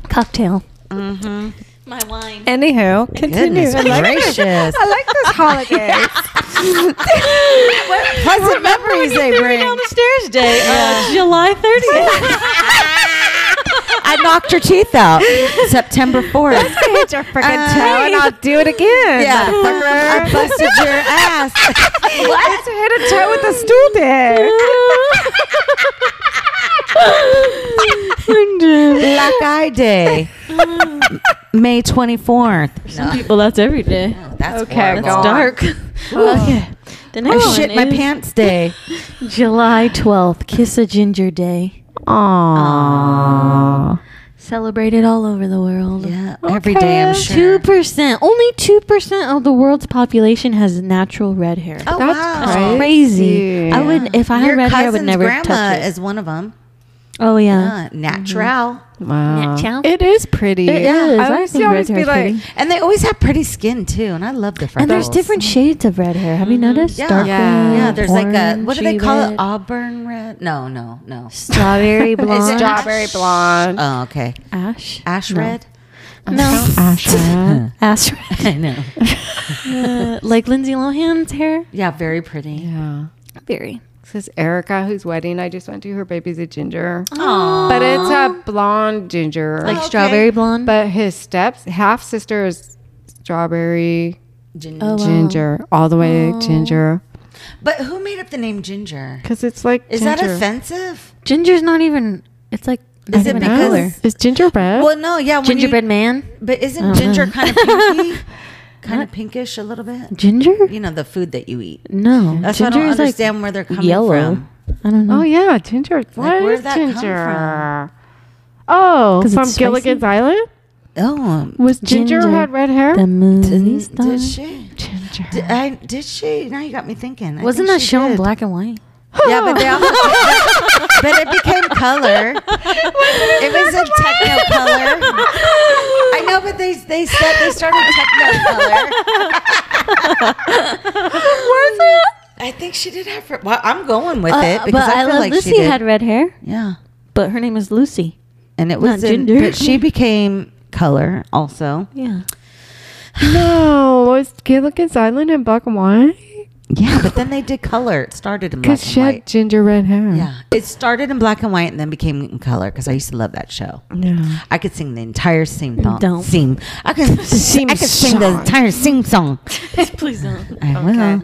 Cocktail. Mm-hmm. My wine.
Anywho, continue.
Goodness
I like
gracious.
This. I like this holiday.
Pleasant memories they
Threw me
bring.
down the stairs day, uh, July 30th.
I knocked her teeth out September 4th.
I hit your freaking toe Uh, and I'll do it again.
Yeah. I
motherfucker.
busted your ass.
Let's hit a toe with a stool dick.
Black Eye Day. May Oh, 24th. No,
People, that's every day.
that's
Okay,
horrible.
go on.
Dark. okay. The next
I Oh, shit
one
my
is
pants day.
July 12th, Kiss a Ginger Day.
Aww.
Celebrated all over the world.
Yeah, every day I'm
Okay.
sure.
Two percent, only two percent of the world's population has natural red hair.
Oh,
That's
wow.
crazy.
Crazy! I would, if I had
Your
red hair, I would
cousin's
never
grandma
touch it.
is one of them.
oh yeah,
Uh, natural.
Wow.
Chow.
It is pretty.
It is. I
I used to
think
always
red
be
hair's
like,
pretty.
And they always have pretty skin too, and I love the
and there's
freckles.
different shades of red hair. Have you noticed?
Mm-hmm. Yeah.
Dark
Yeah.
red,
Yeah, there's like a what do they
orangey
call it?
red,
Auburn red? No, no, no.
Strawberry blonde.
it
strawberry blonde.
Oh, okay.
Ash.
Ash
No.
red.
No.
Asha.
Ash red.
I know.
Uh, like Lindsay Lohan's hair.
Yeah, very pretty.
yeah.
Very.
This is Erica, whose wedding I just went to. Her baby's a ginger.
Aww.
But it's
uh,
a blonde ginger.
Like strawberry blonde.
But his steps half sister is strawberry
Ginger.
Oh, wow.
ginger all the way ginger
But who made up the name Ginger?
because it's like
Is that
ginger.
offensive?
Ginger's not even. It's like. Not
Is it
even a
because-
color.
Is ginger red?
Well, no, yeah. when you-
gingerbread man?
but
I don't
isn't ginger
know.
kind of pinky? kind of pinkish a little bit?
Ginger?
You know, the food that you eat.
No.
That's why I
ginger
don't
is like
understand where they're coming
yellow.
from.
I don't know.
oh yeah, ginger. Oh, What
where'd
is
that come
ginger?
Oh,
'Cause
from
it's spicy?
Gilligan's Island?
Oh, um,
Was Ginger,
Ginger.
had red hair?
The movie
did,
star.
did she?
Ginger.
Did, I, did she? Now you got me thinking. I
Wasn't
think
that
she
shown
did.
black and white?
Yeah, but they also but it became color. It was a techno color. I know, but they they said they started techno color.
Was it?
I think she did have. Well, I'm going with
Uh,
it because
but
I,
I,
feel
love
like
Lucy
she did.
had red hair,
yeah,
but her name is Lucy.
and it was
Not
in,
ginger.
but she became color also.
Yeah.
no, was Gilligan's Island in black and white?
Yeah, but then they did color. It started in black
Because she
and
had
white.
ginger red
Mm.
hair.
Yeah, it started in black and white and then became in color because I used to love that show.
Yeah.
I could sing the entire sing song.
Don't.
Sing. I could sing. I could sing the
song.
entire sing song.
Please don't.
I will.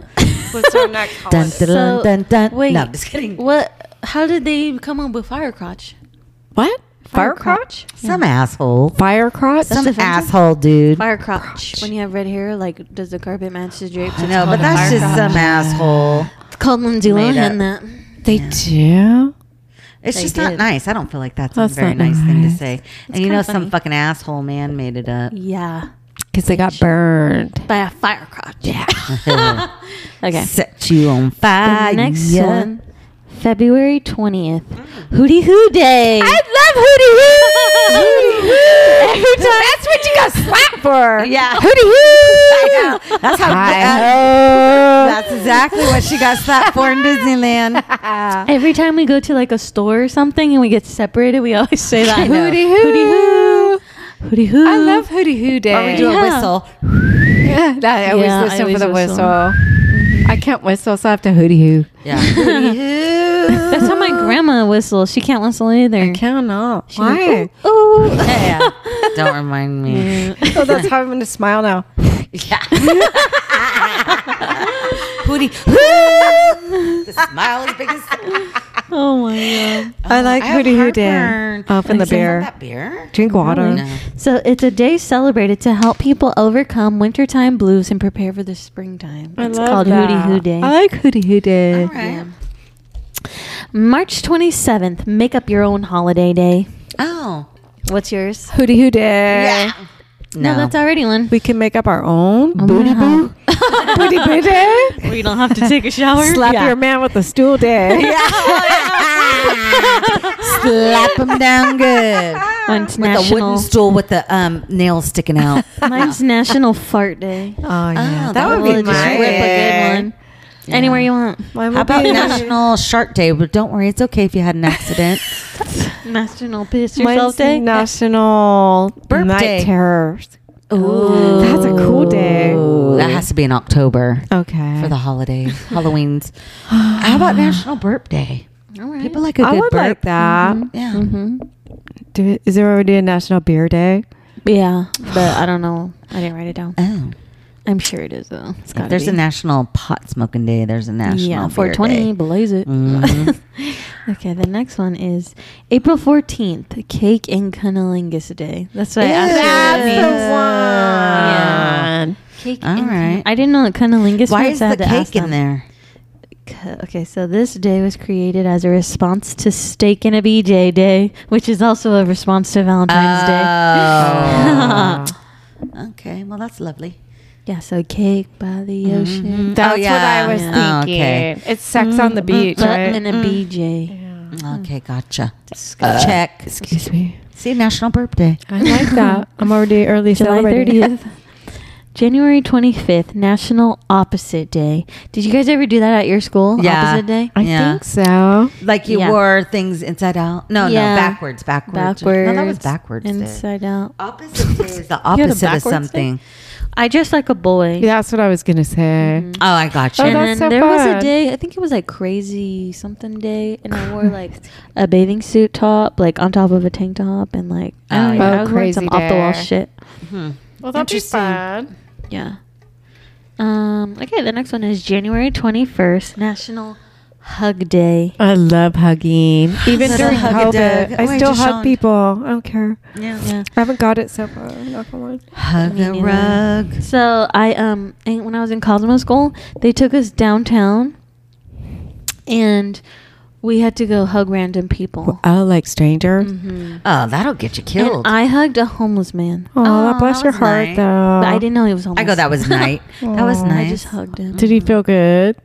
What's our next
Dun, dun,
So,
dun, dun.
wait.
No, I'm just kidding.
What? How did they come up with fire crotch?
What?
Fire
crotch?
Some asshole.
Firecrotch?
Some
offensive.
asshole dude.
Fire crotch. When you have red hair, like does the carpet match the drapes?
I
It's
know,
called
but
a
that's
fire
just
crotch.
some asshole.
It's called Lindsay
made
Lohan.
up.
That
They do.
It's
They
just not
did.
nice. I don't feel like that's,
That's
a very
not
nice thing to
nice.
say. and
It's
you
kinda
know,
funny.
some fucking asshole man made it up.
yeah,
Because they got burned.
by a fire crotch. Yeah. okay.
Set you on fire.
The next one, February twentieth,
Mm.
Hootie Hoo Day.
love Hootie Hoo. Every time. That's what you got slapped for.
Yeah.
Hootie
I
Hoo.
know. That's how.
uh,
Hi-ho.
that's exactly what she got slapped for in Disneyland.
Every time we go to like a store or something and we get separated, we always say that.
know.
Hootie
Hootie Hoo.
Hoo. Hootie Hoo.
I love Hootie Hoo
Or we
Day.
do a
Yeah.
whistle.
Yeah, that, I always
Yeah, I
listen
always
for the
whistle.
whistle. I can't whistle, so I have to hootie hoo.
Yeah. Hoo-dee-hoo.
That's how my grandma whistles. She can't whistle either.
cannot.
She goes,
Why?
"Ooh, ooh."
yeah. Don't remind me.
oh, that's how I'm going to smile now.
Yeah. Hootie. Hoo! The smile is biggest.
Oh my
I like
Oh, I have
Hootie Hoo Day.
heartburn.
Off in the beer.
That beer?
Drink water.
No.
god. So it's a day celebrated to help people overcome wintertime blues and prepare for the springtime.
I
it's
love
called
that.
Hootie Hoo Day.
I like Hootie Hoo Day.
All right.
March 27th, make up your own holiday day.
Oh.
What's yours?
Hootie Hoo Day.
No,
No.
that's already one.
We can make up our own
Oh,
booty
no.
boo. booty boo day.
We don't have to take a shower.
Slap your man with a stool day. Oh,
Slap them down good.
Mine's
With a wooden
national.
stool with the um, nails sticking out.
Mine's National Fart Day.
Oh yeah,
Oh,
that,
that
would
We'll
be
would
just
my.
whip a good one. Anywhere you want.
Mine
How
would
about
be-
National Shark Day? But don't worry, it's okay if you had an accident.
National Piss Yourself
Mine's
Day.
National
Burp
Night
Day.
Terrors.
Ooh.
That's a cool day.
Ooh, that has to be in October
Okay.
for the holidays, Halloween's. How about National Burp Day?
All right.
People like a
I
good
would
burp.
like that.
Yeah.
hmm
Do it- Is there already a National Beer Day?
Yeah, but I don't know. I didn't write it down.
Oh.
I'm sure it is though. It's
If
gotta
there's
be.
a National Pot Smoking Day. There's a National
yeah,
Beer
420,
Day.
blaze it.
Mhm.
okay, the next one is April 14th, Cake and Cunnilingus Day. That's what I asked you what it
That's the
means.
one.
Cake
All
and
right.
I didn't know what cunnilingus
Why
meant,
is
so I
the
had to ask
cake
them.
in there?
C- Okay, so this day was created as a response to Steak and a BJ Day, which is also a response to Valentine's
Oh.
Day.
Okay, well that's lovely.
yeah, so cake by the
Mm-hmm.
ocean.
That's
yeah.
what I was
Yeah. Oh,
thinking.
okay. Mm-hmm.
It's sex on the beach,
Butt
right?
and a
Mm.
BJ. Mm-hmm.
Okay, gotcha. Uh, Check.
Excuse me.
See, National Burp Day.
I like that. I'm already early
July
celebrating.
30th. January 25th, National Opposite Day. Did you guys ever do that at your school?
Yeah.
Opposite Day?
I
Yeah.
think so.
Like you
Yeah.
wore things inside out. No,
Yeah.
no, backwards, backwards.
Backwards.
No, that was backwards. Day.
Inside out.
Opposite day is the
You had a
opposite of
backwards day?
something.
I dressed like a boy. Mm-hmm.
Yeah, that's what I was gonna say.
Oh, I got you.
Oh,
And
that's
then
so
there was a
fun.
day, I think it was like crazy something day, and I wore like a bathing suit top, like on top of a tank top, and like I
Oh,
don't even
yeah.
know,
Oh,
I was wearing some
crazy
off the wall
day.
shit. Hmm.
Well,
that'd be Interesting.
fun.
Yeah. Um. Okay. The next one is January twenty first, National Hug Day.
I love hugging. Even
Little
during
hug-a-dug.
COVID, I
Wait,
still
just
hug
showing-
people. I don't care.
yeah.
Yeah.
I haven't got it so far. Knock on wood.
Hug
Me
a
neither.
rug.
So I um and when I was in Cosmo School, they took us downtown, and We had to go hug random people. Mm-hmm.
Oh, like stranger.
Oh, that'll get you
And
killed.
I
I,
hugged a homeless man.
Oh,
Aw,
that bless
that
your
was
heart,
nice.
though.
But I didn't know he was homeless.
go, that was nice. that was
Oh, I
nice.
just hugged him.
Did he
Mm-hmm.
feel good,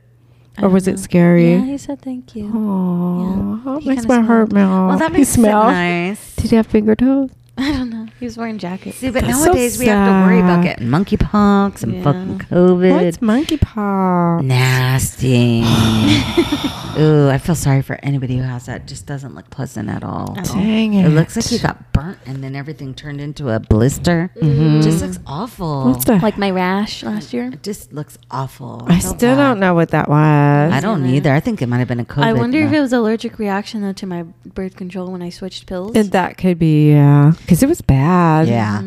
I
or
don't
was
know.
it scary?
Yeah, he said thank you.
Aw,
Yeah.
that
He
makes
kinda
my heart
smelled.
melt.
well, that
he
makes it
smelled.
nice.
Did he have fingernails?
I don't know. He was wearing jackets.
See, but
That's so
nowadays we have to worry about
sad.
getting monkeypox and
Yeah.
fucking
What's
COVID.
monkeypox?
Nasty. Ooh, I feel sorry for anybody who has that. It just doesn't look pleasant at all.
At all.
Dang it!
It looks like you got burnt and then everything turned into a blister. It just looks awful.
Mm-hmm. What's the?
like my rash last year.
It just looks awful.
I
feel
still
bad.
don't know what that
I
was.
don't either. I think it might have been a COVID.
I wonder if
though.
it was allergic reaction though to my birth control when I switched pills.
And that could be yeah, because it was bad.
Yeah.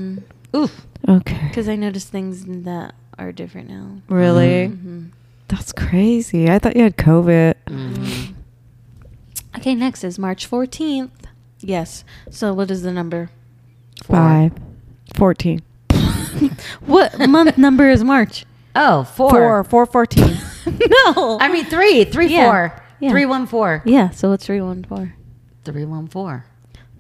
Oof.
Okay.
Because Mm-hmm. I noticed things that are different now.
Really?
Mhm.
That's crazy. I thought you had COVID.
Mm.
Okay, next is March 14th. Yes. So what is the number?
Five. Fourteen.
What month number is March?
Oh, four.
Four. Four. Fourteen.
no.
I mean, three. Three,
Yeah.
four.
Yeah.
Three, one, four.
yeah, so what's 314?
Three, one, four.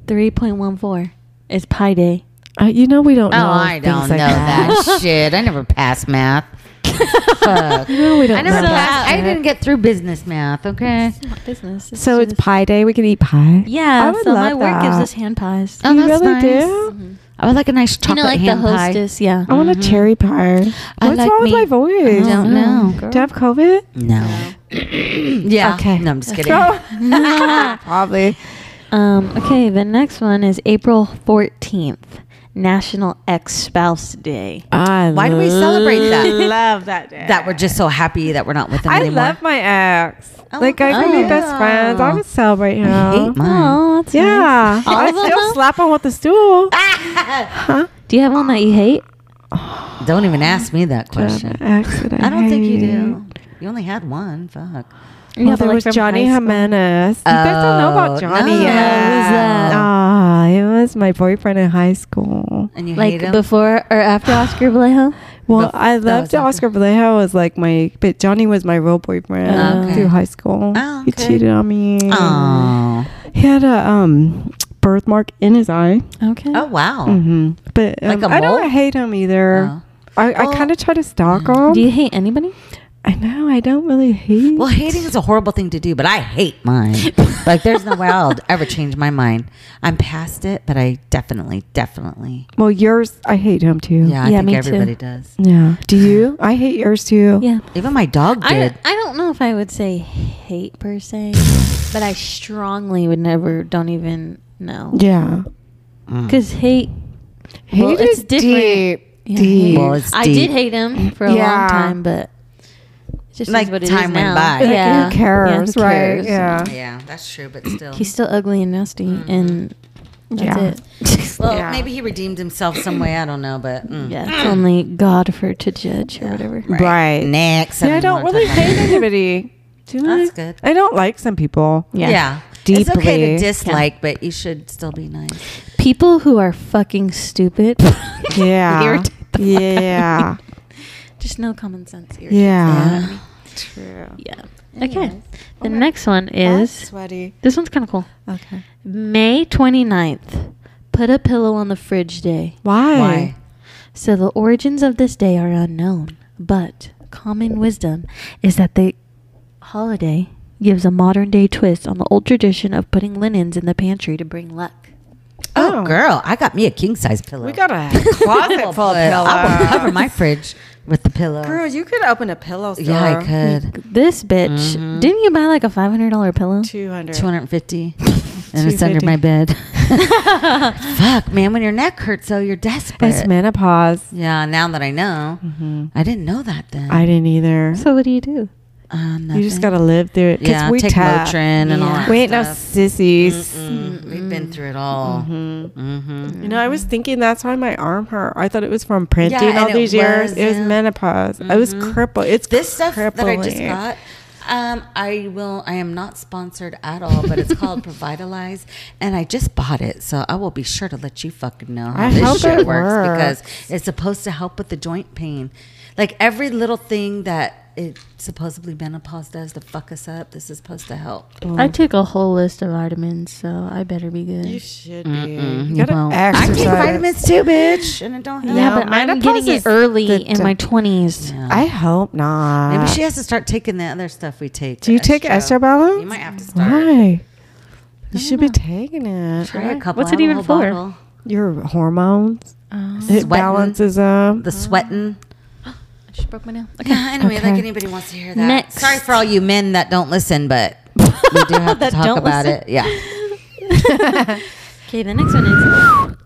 3.14 is Pi Day.
uh, you know we don't
Oh,
know.
I
things
don't know
like
that, shit. I never passed math. Fuck.
No, we don't
I never
know that.
passed. I didn't get through business math. Okay.
It's not business.
So it's
just-
pie day. We can eat pie.
Yeah,
I would
so my
love
work gives
that.
us hand pies.
Oh,
you
that's
really
nice.
do.
I would like a nice Mm-hmm. chocolate
you know, like the
hand pie.
hostess, yeah.
I want a cherry pie.
Mm-hmm. I
What's
like
wrong with
me-
my voice?
I don't know.
Do I have COVID?
No. yeah.
Okay.
No, I'm just kidding.
Probably.
Um, okay, the next one is April 14th, National Ex Spouse Day.
I
Why do we celebrate that?
Love that day.
That we're just so happy that we're not with them
I
anymore.
love my ex.
Oh,
like I can
oh.
be best friends. I would celebrate him.
I hate mine.
Oh, that's nice.
yeah,
All
I
of them,
still
though?
slap him with the stool.
Ah.
Do you have one that you hate?
Don't even ask me that question.
Ex that
I don't think you
hate.
do. You only had one. Fuck.
Oh, there was Johnny Jimenez. you guys don't know
Oh,
about Johnny
no.
yet.
Yeah.
Ah, it was my boyfriend in high school.
And you
Like
hate him.
before or after Oscar Vallejo?
Well,
Bef-
I
that
loved
was after.
Oscar Vallejo was like my, but Johnny was my real boyfriend
Okay.
through high school.
Oh,
He
okay.
cheated on me.
Oh.
He had a um birthmark in his eye.
Okay.
Oh wow.
hmm But um,
Like a
I
mole?
don't hate him either.
Oh.
I,
Well-
I kind of try to stalk him.
Do you hate anybody?
I know I don't really hate.
Well, hating is a horrible thing to do, but I hate mine. like, there's no way I'll ever change my mind. I'm past it, but I definitely, definitely.
Well, yours I hate him too.
Yeah, I
Yeah,
think
me too.
everybody does.
Yeah. Do you? I hate yours too.
Yeah.
Even my dog
I,
did.
I don't know if I would say hate per se, but I strongly would never, don't even know.
Yeah.
Mm.
Because hate,
Hate
Well, it's
is
different.
deep.
yeah,
Deep.
hate-
Well, it's
I
deep.
did hate him for a long
Yeah.
time, but it just
Like,
is what it is
time went
now.
by.
Like,
Yeah. Yeah,
Who cares?
who
right.
cares?
Yeah.
yeah, that's true, but still.
He's still ugly and nasty, and that's it.
well,
Yeah.
maybe he redeemed himself some way. I don't know, but mm.
yeah, it's only God for to judge or whatever.
Right.
Next.
Yeah, I don't
don't wanna
really
talk about
hate
it.
anybody. Do you know
That's
that?
good.
I don't like some people.
Yeah.
Yeah. It's okay to
Deeply.
dislike, but you should still be nice.
People who are fucking stupid.
Yeah.
Irritate the fuck out of me.
yeah.
Just no common sense. irritates the
Yeah.
hell out of me.
True. Oh
Yeah. Okay. The next one is
sweaty.
this one's kind of cool.
Okay.
May 29th. Put a pillow on the fridge day.
Why?
Why?
So the origins of this day are unknown, but common wisdom is that the holiday gives a modern day twist on the old tradition of putting linens in the pantry to bring luck.
Oh,
Oh.
girl, I got me a king size pillow.
We got a closet full of
I will
pillows.
cover my fridge with the pillow.
Girl, you could open a pillow store.
yeah, I could.
This bitch,
Mm-hmm.
didn't you buy like a $500 pillow?
200.
250 and it's under
250.
my bed fuck man when your neck hurts though you're desperate
It's menopause.
yeah now that i know i didn't know that then
I didn't either.
So what do you do?
uh,
You just gotta live through it. 'cause
yeah
we
take
tough.
Motrin and all
Yeah.
that
We ain't no
stuff.
sissies.
Mm, we've been through it all
Mm-hmm.
Mhm.
You know, I was thinking that's why my arm hurt. I thought it was from printing
Yeah,
all
and it
these years.
was,
it was
yeah.
menopause. I was crippled. It's
this stuff that i just
crippling.
got um, I will. I am not sponsored at all, but it's called Provitalize, and I just bought it, so I will be sure to let you fucking know how
I
this
hope
shit
it
works because
works.
it's supposed to help with the joint pain. Like every little thing that it supposedly menopause does to fuck us up, this is supposed to help.
I took a whole list of vitamins, so I better be good.
You should be.
Mm,
You
you
gotta
won't. I
exercise.
take vitamins too, bitch, and it don't help.
yeah,
No,
but I'm
menopause
getting it
is
early
the
in my
d-
20s.
Yeah.
I hope not.
Maybe she has to start taking the other stuff we take.
Do you take
Estro.
Estrobalance?
You might have to start.
Why? You should be taking it.
Try a couple.
What's it
I have a
even
whole
for?
bottle.
Your hormones. It
Oh. Sweating.
balances them.
The sweating.
I just broke my nail. Okay.
Yeah, anyway,
Okay.
like anybody wants to hear that.
Next.
Sorry for all you men that don't listen, but we do have to
That
talk
don't
about
listen.
it. Yeah.
Okay, the next one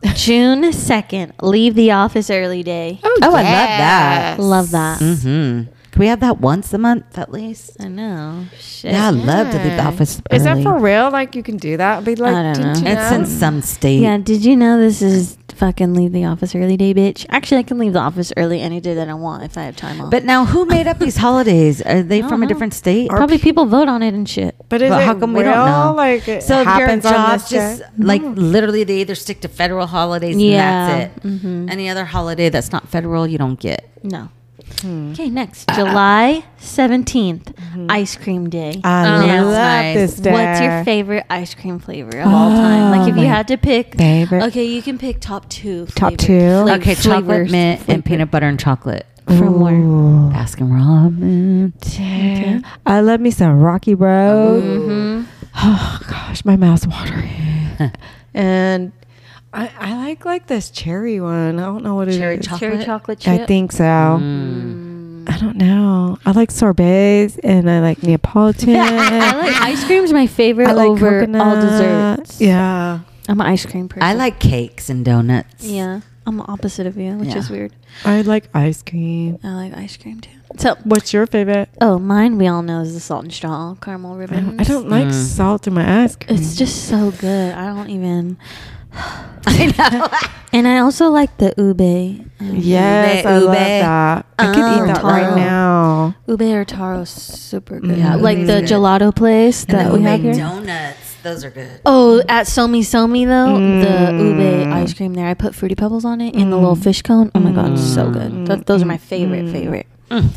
is June 2nd. Leave the office early day.
Oh, I love that.
Love that.
Mm-hmm. Can we have that once a month at least?
I know. Shit.
Yeah, I love to leave the office.
Is that
early.
for real? Like you can do that? I'd be like,
I don't
didn't
know.
you
It's
know?
in some state.
Yeah, did you know this is fucking leave the office early day, bitch? Actually, I can leave the office early any day that I want if I have time off.
But now, who made up these holidays? Are they
I
from
don't
a different state?
probably people vote on it and shit.
but is
But
it
how come
real?
we don't know?
Like it
so your
happens on this
jobs just
day?
like literally they either stick to federal holidays
Yeah. Mm-hmm.
and that's it. Any other holiday that's not federal, you don't get.
No.
Hmm.
Okay, next July 17th,
Mm-hmm.
ice cream day.
I
Now,
love
nice.
this day.
Oh, What's your favorite ice cream flavor of all time? Like if you
my
had to pick
favorite.
Okay, you can pick top two.
Top
flavor-
two?
fla-
Okay, chocolate
flavors
mint and
flavor
peanut butter and chocolate.
from where?
Ooh.
Baskin Robbins.
Yeah. I love me some Rocky Road.
hmm
Oh gosh, my mouth's watering. and I, I like like this cherry one. I don't know what it is.
Cherry chocolate.
Cherry chocolate chip.
I think so.
Mm.
I don't know. I like sorbets and I like Neapolitan.
I like ice cream's my favorite
I like
over all
coconut.
desserts.
Yeah.
I'm an ice cream person.
I like cakes and donuts.
Yeah, I'm the opposite of you, which
Yeah.
is weird.
I like ice cream.
I like ice cream too. So,
What's your favorite?
oh, mine we all know is the salt and straw caramel
I
ribbons.
don't, I don't like
Mm.
salt in my ice cream.
It's just so good. I don't even.
I know.
And I also like the ube. Um,
Yes,
Ube,
I love
ube.
that. I could
Oh,
eat that right
taro.
now.
Ube or taro is super good.
Yeah,
like
ube's
the
good.
gelato place
and
that
then
we
we
have
make
here.
donuts. Those are good.
Oh, at Somi Somi though, the ube
Mm.
ice cream there. I put fruity pebbles on it in the little
Mm.
fish cone. Oh my god, it's so
Mm.
good. Th- those are my favorite
Mm.
favorite.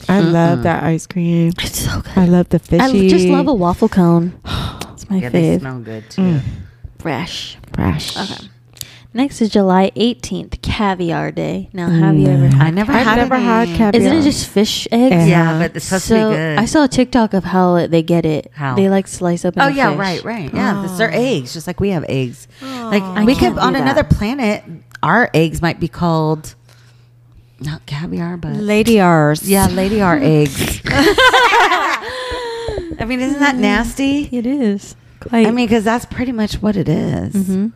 I love that ice cream.
It's so good.
I love the fishy.
I l- just love a waffle cone. It's my
Yeah, they
fave.
smell good too.
Mm.
Fresh.
Fresh.
Okay. Next is July 18th, Caviar Day. Now, have you ever
Mm.
had
I never
caviar?
I've
had
never
it.
had caviar.
Isn't it just fish eggs?
Yeah.
Yeah, but it's supposed to be good.
I saw a TikTok of how it- they get it.
How?
They like slice open.
Oh
the
yeah,
fish.
right, right. Yeah,
Oh.
these are eggs, just like we have eggs. Like
I
we
can't
could
do
on
that.
another planet, our eggs might be called not caviar, but
Lady R's?
yeah, lady our eggs. I mean, isn't that nasty?
It is. Quite.
I mean, because that's pretty much what it is.
Mhm.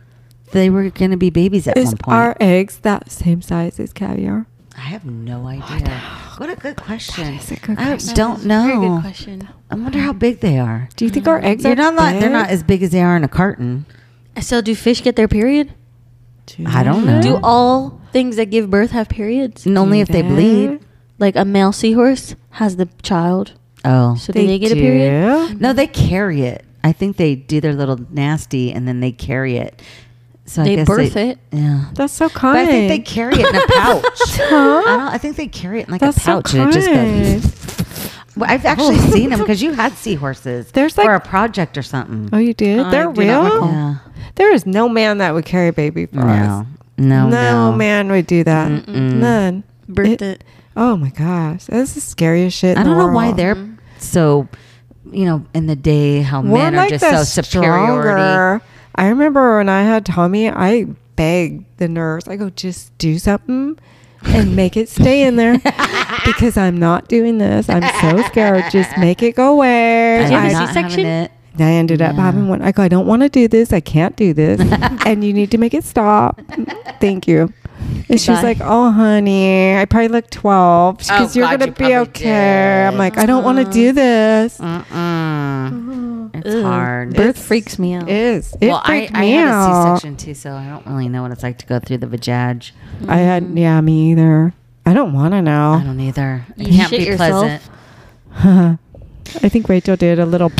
They were going to be babies at
Is
one point.
our eggs that same size as caviar?
I have
Oh,
no idea. What a good question.
is a good
I
question.
don't know.
Very good question.
I wonder how big they are.
Do you think our eggs
They're
are
not, like- they're
big?
not as big as they are in a carton.
So, do fish get their period?
Do
I don't
they?
know.
Do all things that give birth have periods?
And only if
they?
they bleed.
Like a male seahorse has the child.
Oh.
So, do they get a
do.
period?
No, they carry it. I think they do their little nasty and then they carry it. So
They
I guess
birth it.
Yeah.
That's so
But
kind.
I think they carry it in a pouch.
Huh?
I, don't, I think they carry it in like
That's
a
so
pouch and it just
kind. Oh.
goes. Well, I've actually seen them because you had seahorses
There's
for a
like-
project or something.
Oh, you did?
I
They're
do not
real?
recall.
Yeah.
There is no man that would carry a baby for
No.
us.
No.
no, man would do that.
Mm-mm.
None.
Birth
It-
it.
Oh my gosh, that's the scariest shit.
I
in the
don't know why
world.
they're so, you know, in the day how men are just
the
so superiority.
stronger. I remember when I had Tommy, I begged the nurse, I go, just do something and make it stay in there because I'm not doing this. I'm so scared. Just make it go away.
you have a
I,
not C-section?
I ended up
Yeah.
having one. I go, I don't want to do this. I can't do this. and you need to make it stop. Thank you. And she was
Bye.
like, "Oh, honey, I probably look 12 because
Oh,
you're
God,
gonna
you
be
probably
okay."
did.
I'm like, "I don't want to
Mm-hmm.
do this."
Mm-mm. It's
Ugh.
hard.
Birth freaks me out.
It is. It
well, I,
freaked
I
me
had
out.
a C-section too, so I don't really know what it's like to go through the vajaj.
I
Mm-hmm.
had, yeah, me either. I don't want to
I
know.
don't either. It
You
can't
shit
be
yourself?
pleasant.
I, think Rachel did a little.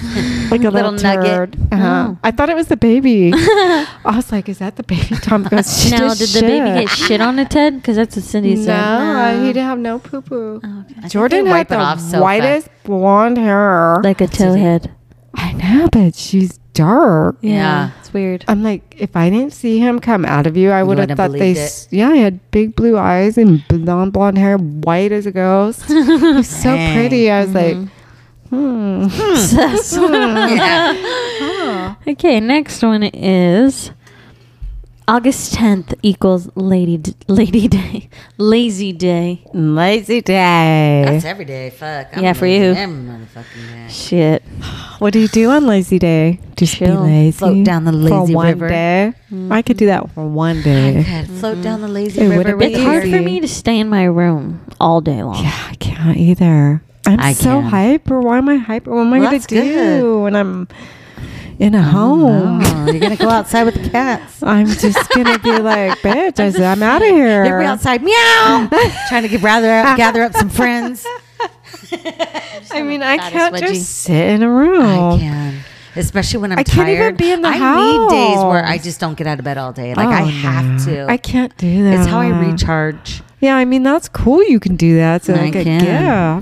like a little,
Little nugget.
turd. Uh-huh.
Oh.
I thought it was the baby. I was like, "Is that the baby?" Tom goes, "She
now, did the baby get
shit."
shit on it, Ted? Because that's what Cindy
No,
said.
I- he didn't have no poo poo.
Oh, okay.
I think
Jordan
they
had
wipe
the
it off so
whitest
fast.
blonde hair.
Like a towhead.
I know, but she's dark.
Yeah,
Yeah.
it's weird.
I'm like, if I didn't see him come out of you, I would have
wouldn't
thought they.
believed
s- Yeah, he had big blue eyes and blonde blonde hair, white as a ghost. He's so
Dang. Mm-hmm.
pretty. I was like, hmm.
Hmm.
Okay, next one is August 10th equals Lady D- Lady Day, Lazy Day.
Lazy day.
That's every day. Fuck.
Yeah, for you.
Every motherfucking day.
Shit.
What do you do on lazy day? Just be
Chill.
lazy.
Float down the lazy
for one
river.
Day. I could do that for one
I
day.
could float down the lazy
It
river
would've
with
It's
been
you.
hard for
Lazy.
me to stay in my room all day long.
Yeah, I can't either. I'm
I
so
can.
hyper. Why am I hyper? What am I
Well,
gonna
that's good.
do when I'm in a home?
Oh, you're gonna go outside with the cats.
I'm just gonna be like, bitch, I said, I'm out of here.
You're outside, meow, trying to get rather up, gather up some friends.
I mean, I
That is
can't
what you-
just sit in a room.
I can. Especially when I'm
Oh. I
tired.
can't even be in the
I need days where I
house.
just don't get out of bed all day. Like I
Oh,
have
no.
to.
I can't do that.
It's how I recharge.
Yeah, I mean that's cool. You can do that. It's
I
like a
can.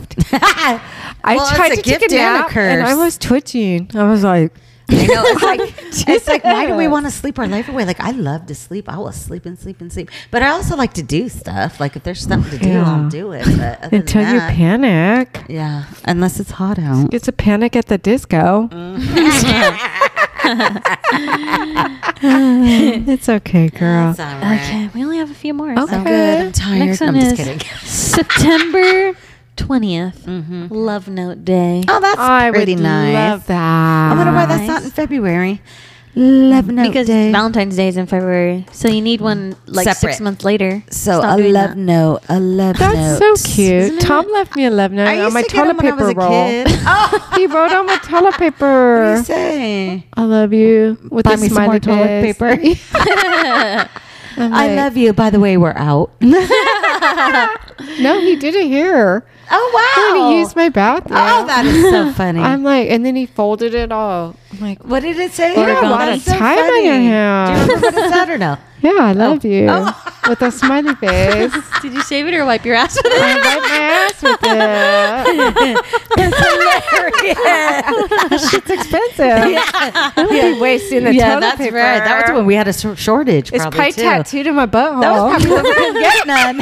gift.
I
I
Well, it's
tried
a
to take
gift
a
and a
nap, and I
curse.
was twitching. I was like,
know it's like it's like why do we want to sleep our life away? Like I love to sleep. I will sleep and sleep and sleep. But I also like to do stuff. Like if there's something to do, I'll
Yeah.
do it. But other
until
than
you
that,
panic.
yeah, unless it's hot out.
It's a panic at the disco. it's okay, girl.
It's all right.
Okay, we only have a few more. so-
I'm good. I'm tired.
Next
I'm
one
just
is
kidding.
September 20th,
Mm-hmm.
Love Note Day.
Oh, that's
I
pretty
would
nice.
love that.
I wonder why that's not in February. Love note
because
day.
Valentine's Day is in February, so you need one like six
Separate.
months later.
so
Stop
a
doing
love
that.
note. A love
That's
note.
so cute. Tom left me a love note
I
on
used
my
to get 'em
toilet
when I was
paper
a
roll.
kid. Oh.
he wrote on my toilet
What do
paper.
you say?
I love you with
Buy
a
me some
smiley
more toilet
face. I'm
I
like,
love you. By the way, we're out.
No, he didn't hear.
Oh
He used my bathroom.
Oh, that is so funny.
I'm like, and then he folded it all. I'm like,
what did it say?
You got a
Oh,
lot
that's
of time on
funny.
your
Do
hands.
you remember what it said or no?
yeah, I love you
Oh.
with a smiley face.
Did you shave it or wipe your ass with it?
I wipe my ass with it. It's expensive. I would be wasting the
Yeah,
toilet
that's
paper.
right. That was when we had a shor- shortage.
it's
probably
probably
too.
tattooed in my butthole.
That
Oh.
was probably when we couldn't get none.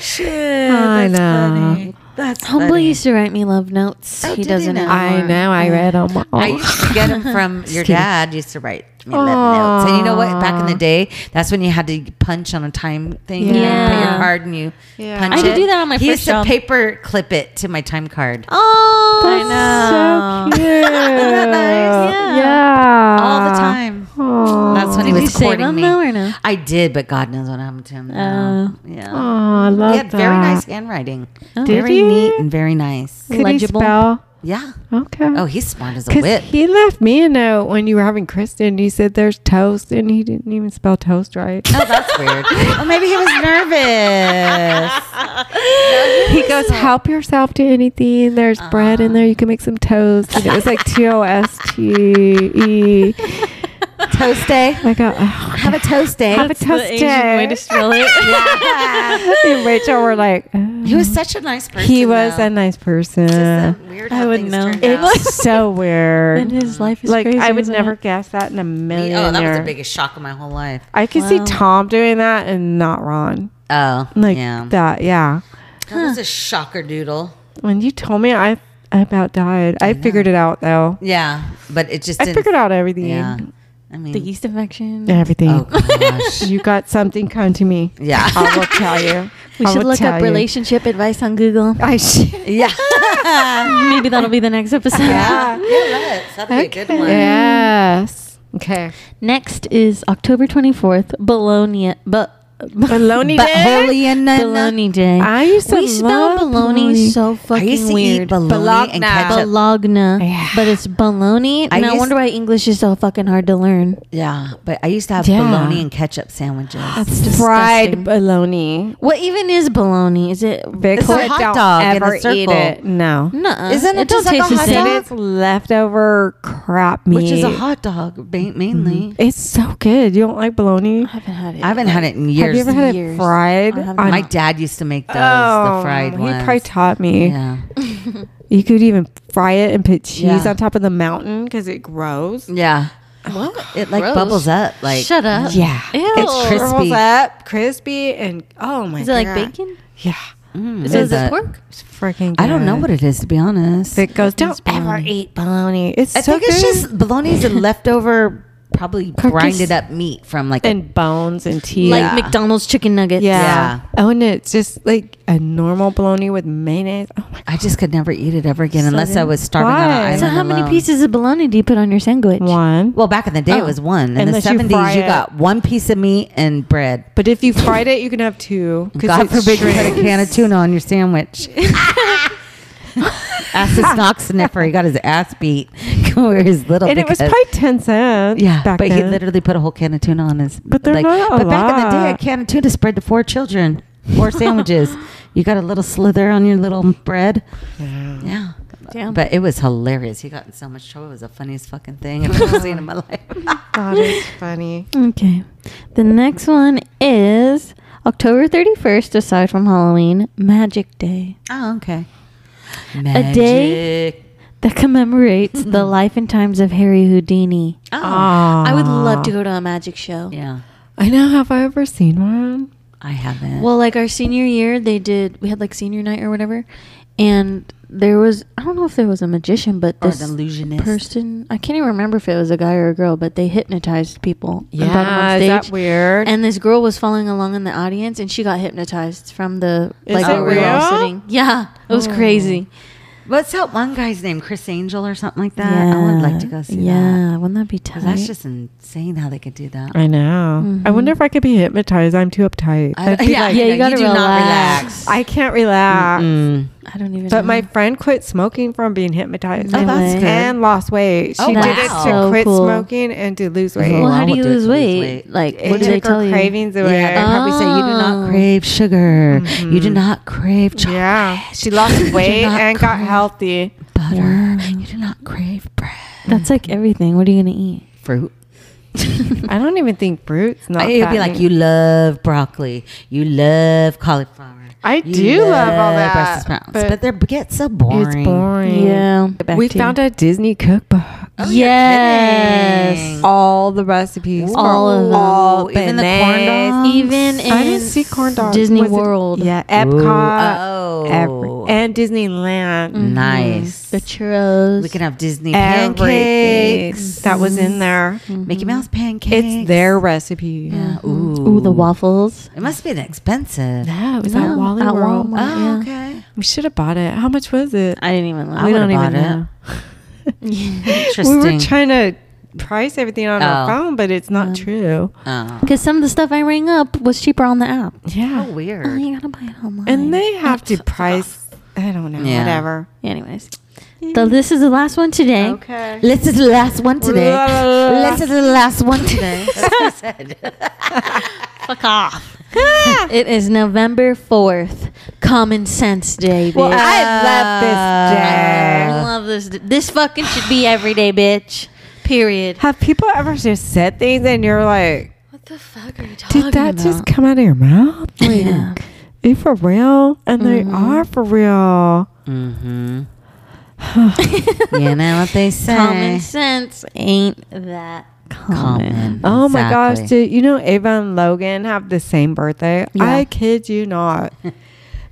Shit,
I
that's
know.
funny. That's
Humble
funny.
used to write me love notes.
Oh,
he
did he
doesn't
now?
I
anymore.
know. I read them all.
I used to get them from your
kidding.
dad. Used to write me love notes, and you know what? Back in the
Aw.
day, that's when you had to punch on a time thing. You
Yeah.
put your card and you
Yeah.
punch
I
had to
it.
do that on my
He
first
used
job.
to paper clip it to my time card.
Oh,
That's So cute.
nice? Yeah.
yeah.
all the time.
Aw.
That's when he
Did
was
you save
courting
him
me.
though or no?
I did, but God knows what happened to him. Now. yeah,
Oh. Aw, I love
he had
that. Oh.
very nice handwriting.
Did
very
he?
neat and very nice.
Could
legible.
he spell?
Yeah.
Okay.
Oh, he's smart as a
Because
whip.
he left me a note when you were having Kristen. He said there's toast, and he didn't even spell toast right.
Oh, that's weird. oh, maybe he was nervous.
he goes, help yourself to anything. There's bread in there. You can make some toast. And it was like T O S T E.
Toast day.
I go, oh,
Have a toast day.
have a toast day.
spell it.
and Rachel were like, oh.
He was such a nice person.
he was
though.
a nice
It's just
person.
that weird
I
how
wouldn't
things
know.
turned out.
It's so
And
weird.
his life is
Like
crazy,
I would
isn't
never
it?
guess that in a million.
oh, that was the biggest shock of my whole life.
I could see
Wow.
Tom doing that and not Ron.
Oh,
Like
yeah. That,
that, yeah.
was a shocker doodle.
When you told me, I about died. I, figured it out though.
Yeah, but it just
I
didn't.
figured out everything.
yeah, I mean,
the yeast infection.
Everything.
oh gosh,
You got something come to me.
yeah,
I will tell you.
We
I
should
will
look
tell
up
you.
relationship advice on Google.
I should.
yeah,
Maybe that'll be the next episode.
yeah. Let's that'd be a good one.
Yes. Okay.
Next is October 24th, Bologna, but
Bologna day.
Bologna and
bologna day.
I used to
we spell
love
bologna,
bologna.
so
I
fucking
used to
weird.
eat bologna and
Bologna.
ketchup.
Bologna,
Yeah.
but it's bologna.
I
and I
used-
wonder why English is so fucking hard to learn.
Yeah, but I used to have
Yeah.
bologna and ketchup sandwiches.
That's
Fried bologna.
What even is bologna? Is it
Vic,
It's a
don't
hot dog in a
ever eat
circle.
it. No.
No,
Isn't it just
don't
like a
taste
hot
the
dog?
same.
And it's leftover crap meat.
which is a hot dog
Mm-hmm.
ba- mainly.
It's so good. You don't like bologna?
I haven't had it.
I haven't had it in years.
Have you ever had
Years.
it fried?
I haven't.
on-
My dad used to make those, the fried
he
ones.
probably taught me.
yeah,
You could even fry it and put cheese
Yeah.
on top of the mountain because it grows.
yeah.
Well,
It like
gross.
bubbles up. Like
Shut up.
Yeah.
Ew.
It's crispy.
Curls up, crispy, and oh my
Is it
god.
like bacon?
Yeah.
Mm,
Is it, is
a-
it pork?
It's freaking
I don't know what it is to be honest.
it goes.
Don't
Don't ever eat bologna. It's
I
so
think it's
good.
just bologna is a leftover, probably
Carcass.
grinded up meat from like. a,
and bones and teeth.
Yeah.
Like McDonald's chicken nuggets.
yeah. Oh, and it's just like a normal bologna with mayonnaise. Oh my
I just could never eat it ever again unless I
then-
was starving on
Why?
an
So
island
how many
alone.
pieces of bologna do you put on your sandwich?
one.
Well, back in the day it
Oh.
was one. In
Unless
the
you
seventies,
fry
you
it.
got one piece of meat and bread.
But if you fried it, you can have two. 'cause
God
it
forbid you put a
shrinks.
can of tuna on your sandwich. ass is knock sniffer. He got his ass beat. Where his little
And it was
because-
probably ten cents.
yeah,
back
but he
then.
literally put a whole can of tuna on his.
But they're not a
But back in the day, a
lot.
can of tuna spread to four children, four sandwiches. you got a little slither on your little bread.
Yeah.
Yeah.
Damn.
But it was hilarious. He got in so much trouble. It was the funniest fucking thing I've ever seen in my life.
That is funny.
Okay. The next one is October 31st, aside from Halloween, Magic Day.
oh, okay.
A day-
Magic.
That commemorates the life and times of Harry Houdini.
Oh.
I would love to go to a magic show.
Yeah.
I know. Have I ever seen one?
I haven't.
Well, like our senior year, they did, we had like senior night or whatever. And there was, I don't know if there was a magician, but
Or an
this
illusionist.
person, I can't even remember if it was a guy or a girl, but they hypnotized people. and brought 'em
Yeah,
on
is that
stage.
weird?
And this girl was following along in the audience and she got hypnotized from the,
Is
like,
it
where we were all
real? Oh.
sitting. Yeah, it was crazy.
What's that one guy's name? Chris Angel or something like that? I would like to go see
yeah,
that.
wouldn't that be tight?
'Cause That's just insane how they could do that.
I know. I wonder if I could be hypnotized. I'm too uptight.
Mm-hmm. I-
I'd be
yeah,
like,
Yeah, you
you, know, you
gotta
do not
relax.
relax.
I can't relax.
Mm.
I don't even.
But
know.
my friend quit smoking from being hypnotized.
No
Oh, that's
way.
good.
And lost weight. She
Oh,
did it
wow.
to
So
quit
cool.
smoking and to lose weight.
Well,
Well,
how
I
do you
would do it
lose
to lose
weight?
weight.
Like,
It
what do they
took her
tell you?
cravings away.
Yeah, they probably say you do
Oh.
not crave sugar. You do not crave chocolate.
Mm-hmm. Yeah. She
You
lost
do
weight
not
and got
crave
healthy.
butter. You do not crave bread.
That's like everything. What are you gonna eat?
Fruit.
I don't even think fruit's not.
It would be
fattening.
like you love broccoli. You love cauliflower.
I
you
do love all that,
Brussels sprouts,
but
but, they get so boring.
It's boring.
Yeah. Back
we
to you.
found a Disney cookbook.
Oh, you're
yes.
kidding.
All the recipes.
All
for
of them.
All
Even the corn
bananas.
dogs?
Even in
I didn't see corn dogs.
Disney
Was it-
World.
yeah, Epcot.
Oh.
every- Mm-hmm. and Disneyland.
Nice.
the churros.
We can have Disney
Everything
pancakes.
that was in there.
Mickey Mouse pancakes.
It's Mm-hmm. their recipe.
Yeah. Ooh.
Mm. Ooh, the waffles.
It must have been expensive.
No, it was
No,
at Wally
at
World.
Walmart.
Oh,
Yeah.
okay.
We should have bought it. How much was it?
I didn't even
I
like.
we
would've
don't
bought it.
even know.
Interesting.
We were trying to price everything on our
Oh.
phone, but it's not
Um,
true.
Oh.
Because some of the stuff I rang up was cheaper on the app.
Yeah.
How
Oh,
weird.
you gotta buy it online.
And they have to price. I don't know.
Yeah.
Whatever.
Anyways, so this is the last one today.
Okay.
This is the last one today.
La, la, la, la.
This is the last one today. That's what I said.
Fuck off. it is November 4th, Common Sense Day, bitch.
Well, I
I
love this day.
love this. This fucking should be every day, bitch. Period.
Have people ever just said things and you're like,
What the fuck are you talking
did that just come out of your mouth? Like,
Yeah.
they for real? And they are for real.
Mm-hmm. you know what they say.
Common sense ain't that common.
Common.
Oh my gosh,
Exactly.
did you know Ava and Logan have the same birthday?
Yeah.
I kid you not.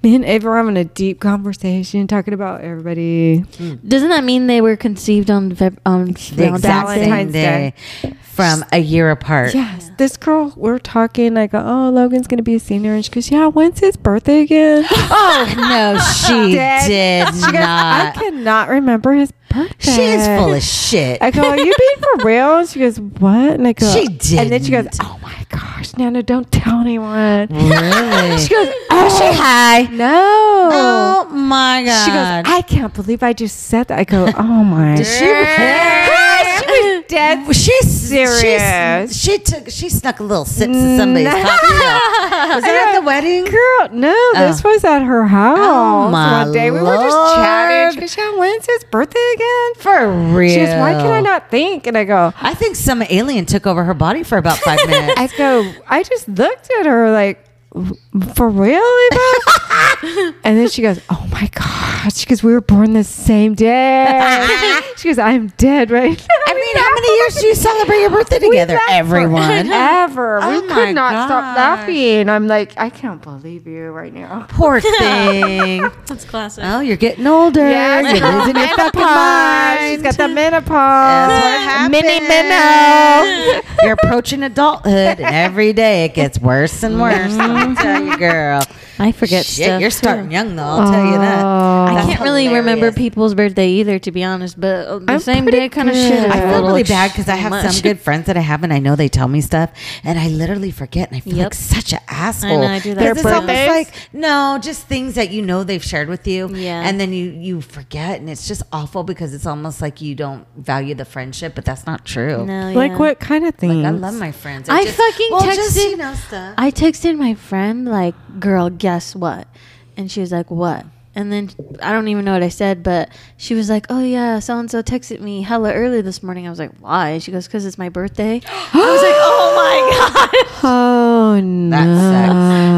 Me and Ava were having a deep conversation talking about everybody.
Doesn't that mean they were conceived on Feb- on
The
around
exact
that day?
same
Valentine's
day. from a year apart.
Yes, this girl, we're talking. I go, oh, Logan's going to be a senior. And she goes, yeah, when's his birthday again?
Oh no, she did
She goes, I
not.
cannot remember his birthday.
She is full of shit.
I go, are you being for real? And she goes, what? And I go,
She
And then she goes,
didn't.
oh my gosh, Nana, don't tell anyone.
really?
She goes,
Is
oh,
she high?
no.
Oh my god.
She goes, I can't believe I just said that. I go, oh my.
she was,
was dead
she's
serious.
She's, she took. She snuck a little sip to somebody's cocktail. Was that at the wedding?
Girl, no, this was at her house.
Oh, my
One day we were just
Lord.
chatting. She goes, yeah, when's his birthday again?
For real.
She goes, why can I not think? And I go,
I think some alien took over her body for about five minutes.
I go, I just looked at her like, for real, Ava? and then she goes, oh my gosh. She goes, we were born the same day. she goes, I'm dead right now.
I mean, how many years do you celebrate your birthday together? Everyone.
Ever.
Oh
we
my
could not
gosh.
stop laughing. I'm like, I can't believe you right now.
Poor thing.
That's classic.
Oh, you're getting older. You're losing your fucking mind.
She's got the menopause.
That's what
Mini
happens.
minnow.
Ah, You're approaching adulthood, and every day it gets worse and worse. I'll tell you, girl.
I Mm-hmm. forget
Shit,
stuff.
you're
too.
starting young though. I'll tell you that.
I
I
That's
can't really remember
hilarious.
people's birthday either, to be honest. But uh, the
I'm
same
pretty
day kind of
good.
shit. Is
I
I
a
feel
little
really bad because I
too
have
much.
some good friends that I have, and I know they tell me stuff, and I literally forget, and I feel
Yep.
like such an asshole.
I do that
'Cause
Their
it's almost
birthdays?
like no, just things that you know they've shared with you,
Yeah.
and then you you forget, and it's just awful because it's almost like you don't value the friendship, but that's not true.
No,
Like
yeah.
what kind of thing?
Like, I love my friends.
I fucking
well,
texted.
just, you know, stuff.
I texted my friend like, "Girl, guess what?" And she was like, "What?" And then I don't even know what I said, but she was like, "Oh yeah, so and so texted me hella early this morning." I was like, "Why?" She goes, "Cause it's my birthday." I was like, "Oh my god!"
oh no!
That sucks.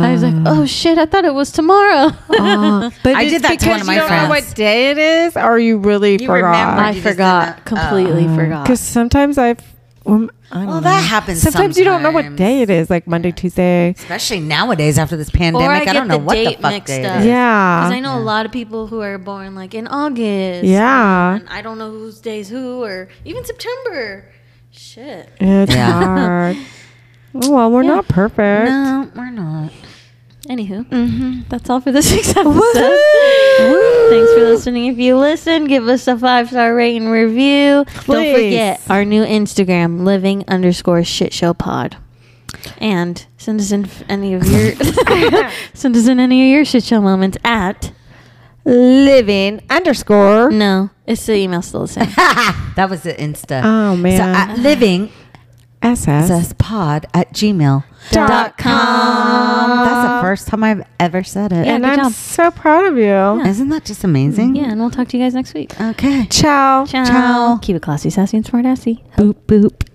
I was like, "Oh shit!" I thought it was tomorrow.
Oh, but
I
it's
did that to
because
one of my
you don't
friends.
know what day it is, or you really
You remember.
forgot.
I
you just did
forgot
that. Oh.
completely.
Mm.
Forgot.
Because sometimes I've. Well, I don't
Well,
know.
that happens
Sometimes you don't know what
sometimes.
day it is, like Monday, Tuesday.
Especially nowadays after this pandemic,
Or I
I,
get
don't know
the
what the
date
fuck
mixed
day it
up.
is.
Because I
Yeah,
know a lot of people who are born like in August.
Yeah.
And I don't know whose days who or even September. Shit.
it's
Yeah.
hard. well, we're not perfect.
No, we're not.
Anywho, that's all for this week's episode.
Woohoo!
Thanks for listening. If you listen, give us a five star rating review. Don't
Please.
forget our new Instagram, living underscore shit show pod. And send us in f- any of your send us in any of your shit show moments at
Living underscore.
no, it's the email still the same.
that was the Insta.
Oh, man.
So at living
SS.
pod at gmail
Dot
com. That's the first time I've ever said it.
Yeah,
and
good
I'm
job.
so proud of you.
not that just amazing?
yeah, and we'll talk to you guys next week.
Okay.
Oh, Ciao.
Ciao.
Ciao.
Keep it classy, sassy, and smart assy. Boop boop.